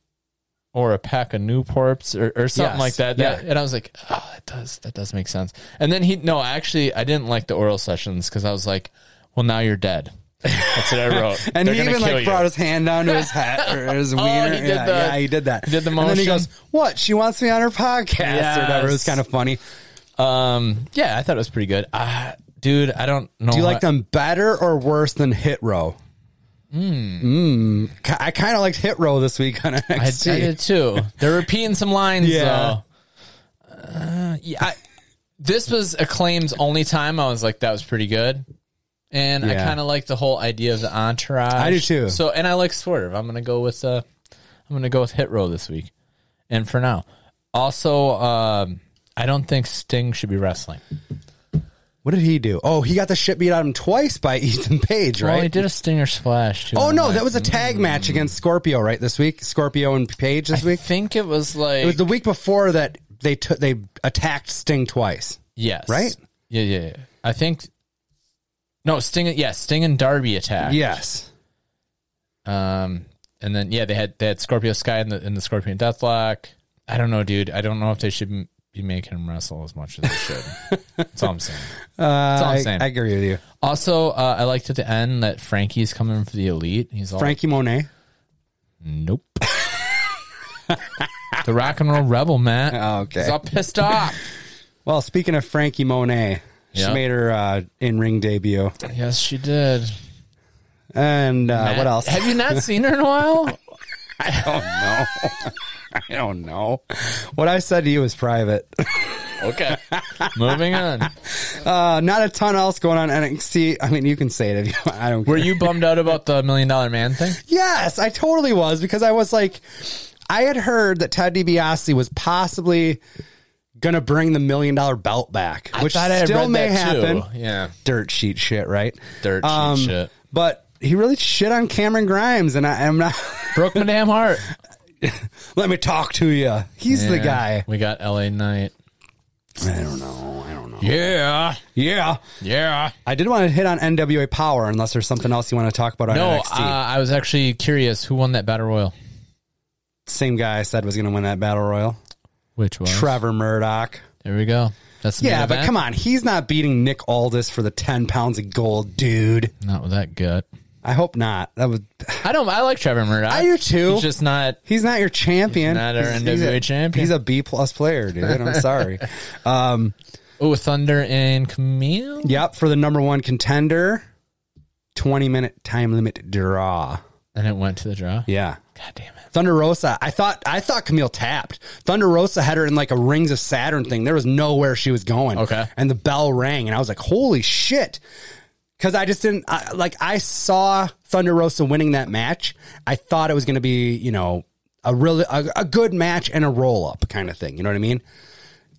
S2: or a pack of Newports or, or something
S1: Yes,
S2: like that. That-
S1: yeah.
S2: And I was like, oh, that does that does make sense. And then he no, actually I didn't like the oral sessions because I was like, well now you're dead. That's what I wrote.
S1: And
S2: They're
S1: he
S2: gonna
S1: even like
S2: kill you. Oh,
S1: brought his hand down to his hat or his wiener.
S2: he did
S1: yeah,
S2: the-
S1: yeah, he did that.
S2: he did the
S1: And then he goes,
S2: motion.
S1: "What? She wants me on her podcast or whatever." It was
S2: Yes.
S1: kind of funny.
S2: Um, yeah, I thought it was pretty good. Uh, dude, I don't know.
S1: Do you
S2: why-
S1: like them better or worse than Hit Row? Mm. Ki- I kind of liked Hit Row this week on
S2: Hmm. I, I
S1: NXT.
S2: did too. They're repeating some lines.
S1: Yeah.
S2: though. Uh, yeah. I, this was Acclaim's only time I was like, that was pretty good. And I
S1: Yeah.
S2: kind of like the whole idea of the entourage.
S1: I do too.
S2: So, and I like Swerve. I'm gonna go with uh, I'm gonna go with Hit Row this week, and for now. Also, um, I don't think Sting should be wrestling.
S1: What did he do? Oh, he got the shit beat out of him twice by Ethan Page,
S2: Well,
S1: right?
S2: he did Hmm. a stinger splash. Too,
S1: oh
S2: on
S1: no, that was a tag match against Scorpio, right? This week, Scorpio and Page this
S2: I
S1: week.
S2: think it was like
S1: It was the week before that they took they attacked Sting twice.
S2: yes,
S1: right?
S2: Yeah, yeah, yeah. I think no Sting. Yes, Sting and Darby attack.
S1: Yes.
S2: Um, and then yeah, they had they had Scorpio Sky in the in the Scorpion Deathlock. I don't know, dude. I don't know if they should m- be making him wrestle as much as they should. That's all I'm saying. That's all I'm
S1: I,
S2: saying.
S1: I agree with you.
S2: also, uh, I liked at the end that Frankie's coming for the elite. He's all
S1: Frankie Monet.
S2: nope. the rock and roll rebel, Matt.
S1: Okay.
S2: He's all pissed off.
S1: Well, speaking of Frankie Monet, she
S2: Yeah.
S1: made her uh, in ring debut.
S2: yes, she did.
S1: And uh, what else?
S2: Have you not seen her in a while?
S1: I don't know. I don't know. What I said to you is private.
S2: Okay. Moving on.
S1: Uh, not a ton else going on NXT. I mean, you can say it if you want. I don't care.
S2: Were you bummed out about the million dollar man thing?
S1: Yes, I totally was because I was like, I had heard that Ted DiBiase was possibly going to bring the million dollar belt back, which
S2: I thought I had
S1: still
S2: read
S1: may
S2: that too.
S1: happen.
S2: Yeah.
S1: Dirt sheet shit, right? Um,
S2: Dirt sheet shit.
S1: But he really shit on Cameron Grimes, and I, I'm not.
S2: Brooke Madame Hart.
S1: let me talk to you. He's the
S2: Yeah.
S1: guy.
S2: We got LA Knight.
S1: I don't know. I don't know.
S2: Yeah.
S1: Yeah.
S2: Yeah.
S1: I did want to hit on NWA Power, unless there's something else you want to talk about on
S2: No, uh,
S1: NXT.
S2: I was actually curious who won that battle royal.
S1: Same guy I said was going to win that battle royal.
S2: Which was
S1: Trevor Murdoch.
S2: There we go. That's the
S1: Yeah, but come on, he's not beating Nick Aldis for the ten pounds of gold, dude.
S2: Not with that gut.
S1: I hope not. That would.
S2: I don't. I like Trevor Murdoch.
S1: I do too.
S2: He's just not.
S1: He's not your champion.
S2: He's not our NWA
S1: a,
S2: champion.
S1: He's a B plus player, dude. I'm sorry. um,
S2: Oh, Thunder and Camille.
S1: yep, for the number one contender, twenty minute time limit draw.
S2: And it went to the draw.
S1: Yeah.
S2: God damn it.
S1: Thunder Rosa, I thought I thought Camille tapped. Thunder Rosa had her in like a Rings of Saturn thing. There was nowhere she was going.
S2: Okay.
S1: and the bell rang, and I was like, "Holy shit!" Because I just didn't I, like I saw Thunder Rosa winning that match. I thought it was going to be you know a really a, a good match and a roll up kind of thing. You know what I mean?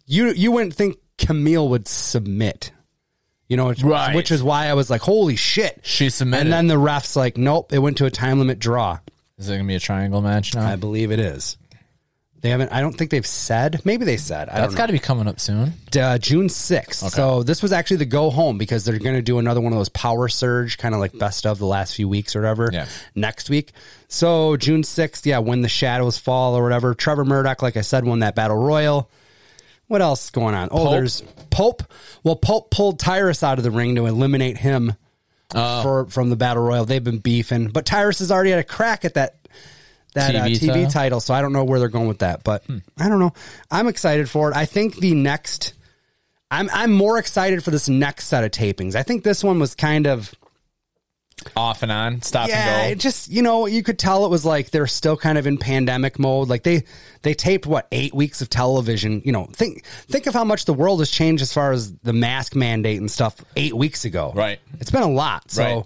S1: You you wouldn't think Camille would submit. You know, which-
S2: Right.
S1: which is why I was like, "Holy shit!"
S2: She submitted.
S1: and then the refs like, "Nope, it went to a time limit draw."
S2: Is it gonna be a triangle match now?
S1: I believe it is. They haven't. I don't think they've said. Maybe they said. I
S2: That's
S1: don't know.
S2: got to be coming up soon.
S1: uh, June sixth. So this was actually the go home because they're going to do another one of those power surge kind of like best of the last few weeks or whatever.
S2: Yeah.
S1: Next week. So June sixth. Yeah, when the shadows fall or whatever. Trevor Murdoch, like I said, won that battle royal. What else is going on? Oh,
S2: Pope.
S1: there's Pope. Well, Pope pulled Tyrus out of the ring to eliminate him
S2: Oh.
S1: for from the battle royal. They've been beefing, but Tyrus has already had a crack at that that TV, uh,
S2: TV
S1: TV title.
S2: title?
S1: So I don't know where they're going with that, but I don't know. I'm excited for it. I think the next, I'm I'm more excited for this next set of tapings. I think this one was kind of
S2: Off and on. Stop
S1: yeah, it just you know you could tell it was like they're still kind of in pandemic mode. Like they they taped what eight weeks of television. You know, think think of how much the world has changed as far as the mask mandate and stuff eight weeks ago.
S2: Right.
S1: it's been a lot. So
S2: Right.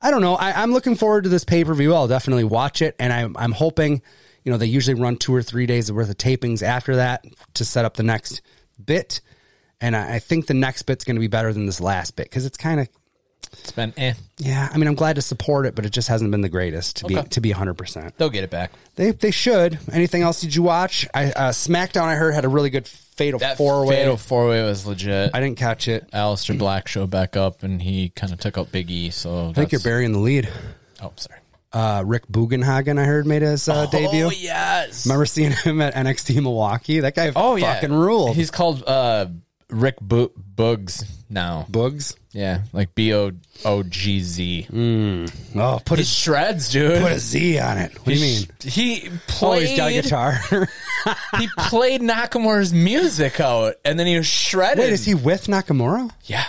S1: I don't know. I, I'm looking forward to this pay per view. I'll definitely watch it, and I'm I'm hoping you know they usually run two or three days worth of tapings after that to set up the next bit. And I I think the next bit's going to be better than this last bit because it's kind of
S2: It's been eh.
S1: yeah, I mean, I'm glad to support it, but it just hasn't been the greatest to be
S2: Okay.
S1: to be 100. percent
S2: They'll get it back.
S1: They they should. Anything else did you watch? I uh, SmackDown I heard had a really good fatal
S2: That
S1: four way.
S2: fatal Uh, four way was legit.
S1: I didn't catch it.
S2: Alistair Black showed back up and he kind of took out Big E. So
S1: I think you're burying the lead.
S2: Oh, sorry.
S1: Uh, Rick Bugenhagen I heard made his uh, debut.
S2: Oh yes.
S1: Remember seeing him at NXT Milwaukee? That guy
S2: oh yeah.
S1: fucking ruled.
S2: He's called uh, Rick Bo- Bugs now.
S1: Bugs.
S2: yeah, like B O O G Z.
S1: Oh, put
S2: He
S1: a
S2: shreds, dude.
S1: put a Z on it. What do you mean?
S2: He
S1: Oh,
S2: played.
S1: he's got a guitar.
S2: he played Nakamura's music out, and then he was shredded.
S1: Wait, is he with Nakamura?
S2: Yeah.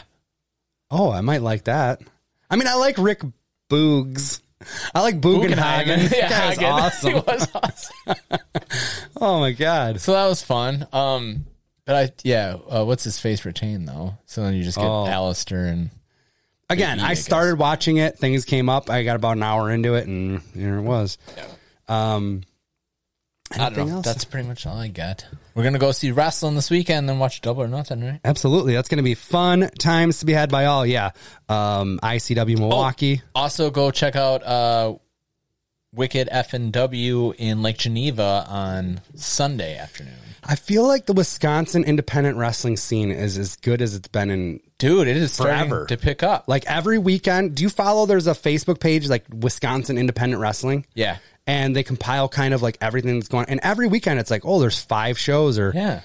S1: Oh, I might like that. I mean, I like Rick Boogs. I like Bugenhagen. That
S2: Yeah,
S1: guy was
S2: Hagen. he
S1: awesome.
S2: was awesome.
S1: Oh my god.
S2: So that was fun. Um, but I yeah, uh, what's his face retained though? So then you just get
S1: Oh.
S2: Alistair and
S1: Again,
S2: Big E,
S1: I
S2: I guess.
S1: started watching it. Things came up. I got about an hour into it, and there it was. Um, Anything
S2: I don't know.
S1: else?
S2: That's pretty much all I got. We're gonna go see wrestling this weekend, then watch Double or Nothing, right?
S1: Absolutely. That's going to be fun times to be had by all. Yeah. Um,
S2: Oh.
S1: ICW Milwaukee.
S2: Also, go check out uh, Wicked F and W in Lake Geneva on Sunday afternoon.
S1: I feel like the Wisconsin independent wrestling scene is as good as it's been in
S2: Dude, it is starting
S1: Forever.
S2: to pick up.
S1: like every weekend. Do you follow? There's a Facebook page like Wisconsin independent wrestling.
S2: yeah,
S1: And they compile kind of like everything that's going on. And every weekend it's like, oh, there's five shows or
S2: yeah.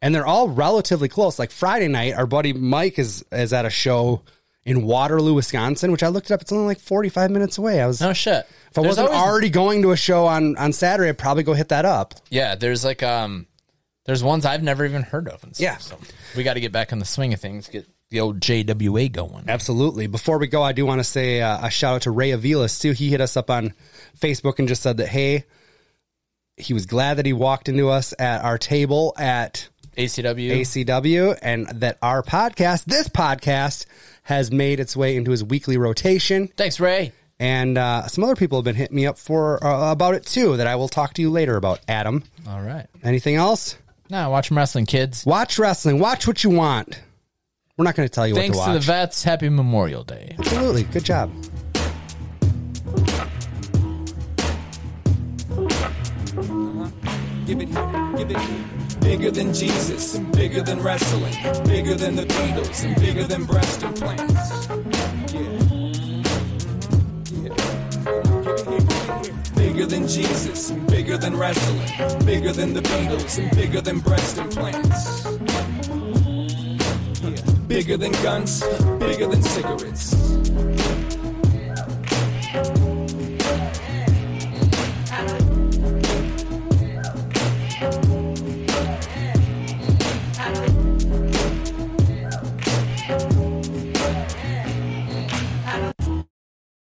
S1: and they're all relatively close. Like Friday night, our buddy Mike is is at a show in Waterloo, Wisconsin, which I looked it up. It's only like forty five minutes away. I was
S2: No shit.
S1: if I
S2: There's
S1: wasn't
S2: always-
S1: already going to a show on on Saturday, I'd probably go hit that up.
S2: yeah, there's like um, there's ones I've never even heard of. And stuff,
S1: Yeah.
S2: so we got to get back in the swing of things. Get the old JWA going.
S1: Absolutely. Before we go, I do want to say uh, a shout out to Ray Avilas too. He hit us up on Facebook and just said that hey, he was glad that he walked into us at our table at
S2: ACW.
S1: ACW and that our podcast, this podcast, has made its way into his weekly rotation.
S2: Thanks, Ray.
S1: and uh, some other people have been hitting me up for uh, about it too that I will talk to you later about. Adam,
S2: All right.
S1: anything else?
S2: Now watch some wrestling, kids.
S1: Watch wrestling. Watch what you want. We're not going to tell you
S2: Thanks
S1: what to
S2: to the
S1: watch.
S2: vets. Happy Memorial Day.
S1: Absolutely. Good job.
S6: Give it here, give it here. Bigger than Jesus and bigger than wrestling. Bigger than the Beatles and bigger than breast implants. Yeah. Yeah. Give it here, give it here. Bigger than Jesus and bigger than wrestling. Bigger than the Beatles and bigger than breast implants. Yeah. Bigger than guns, bigger than cigarettes.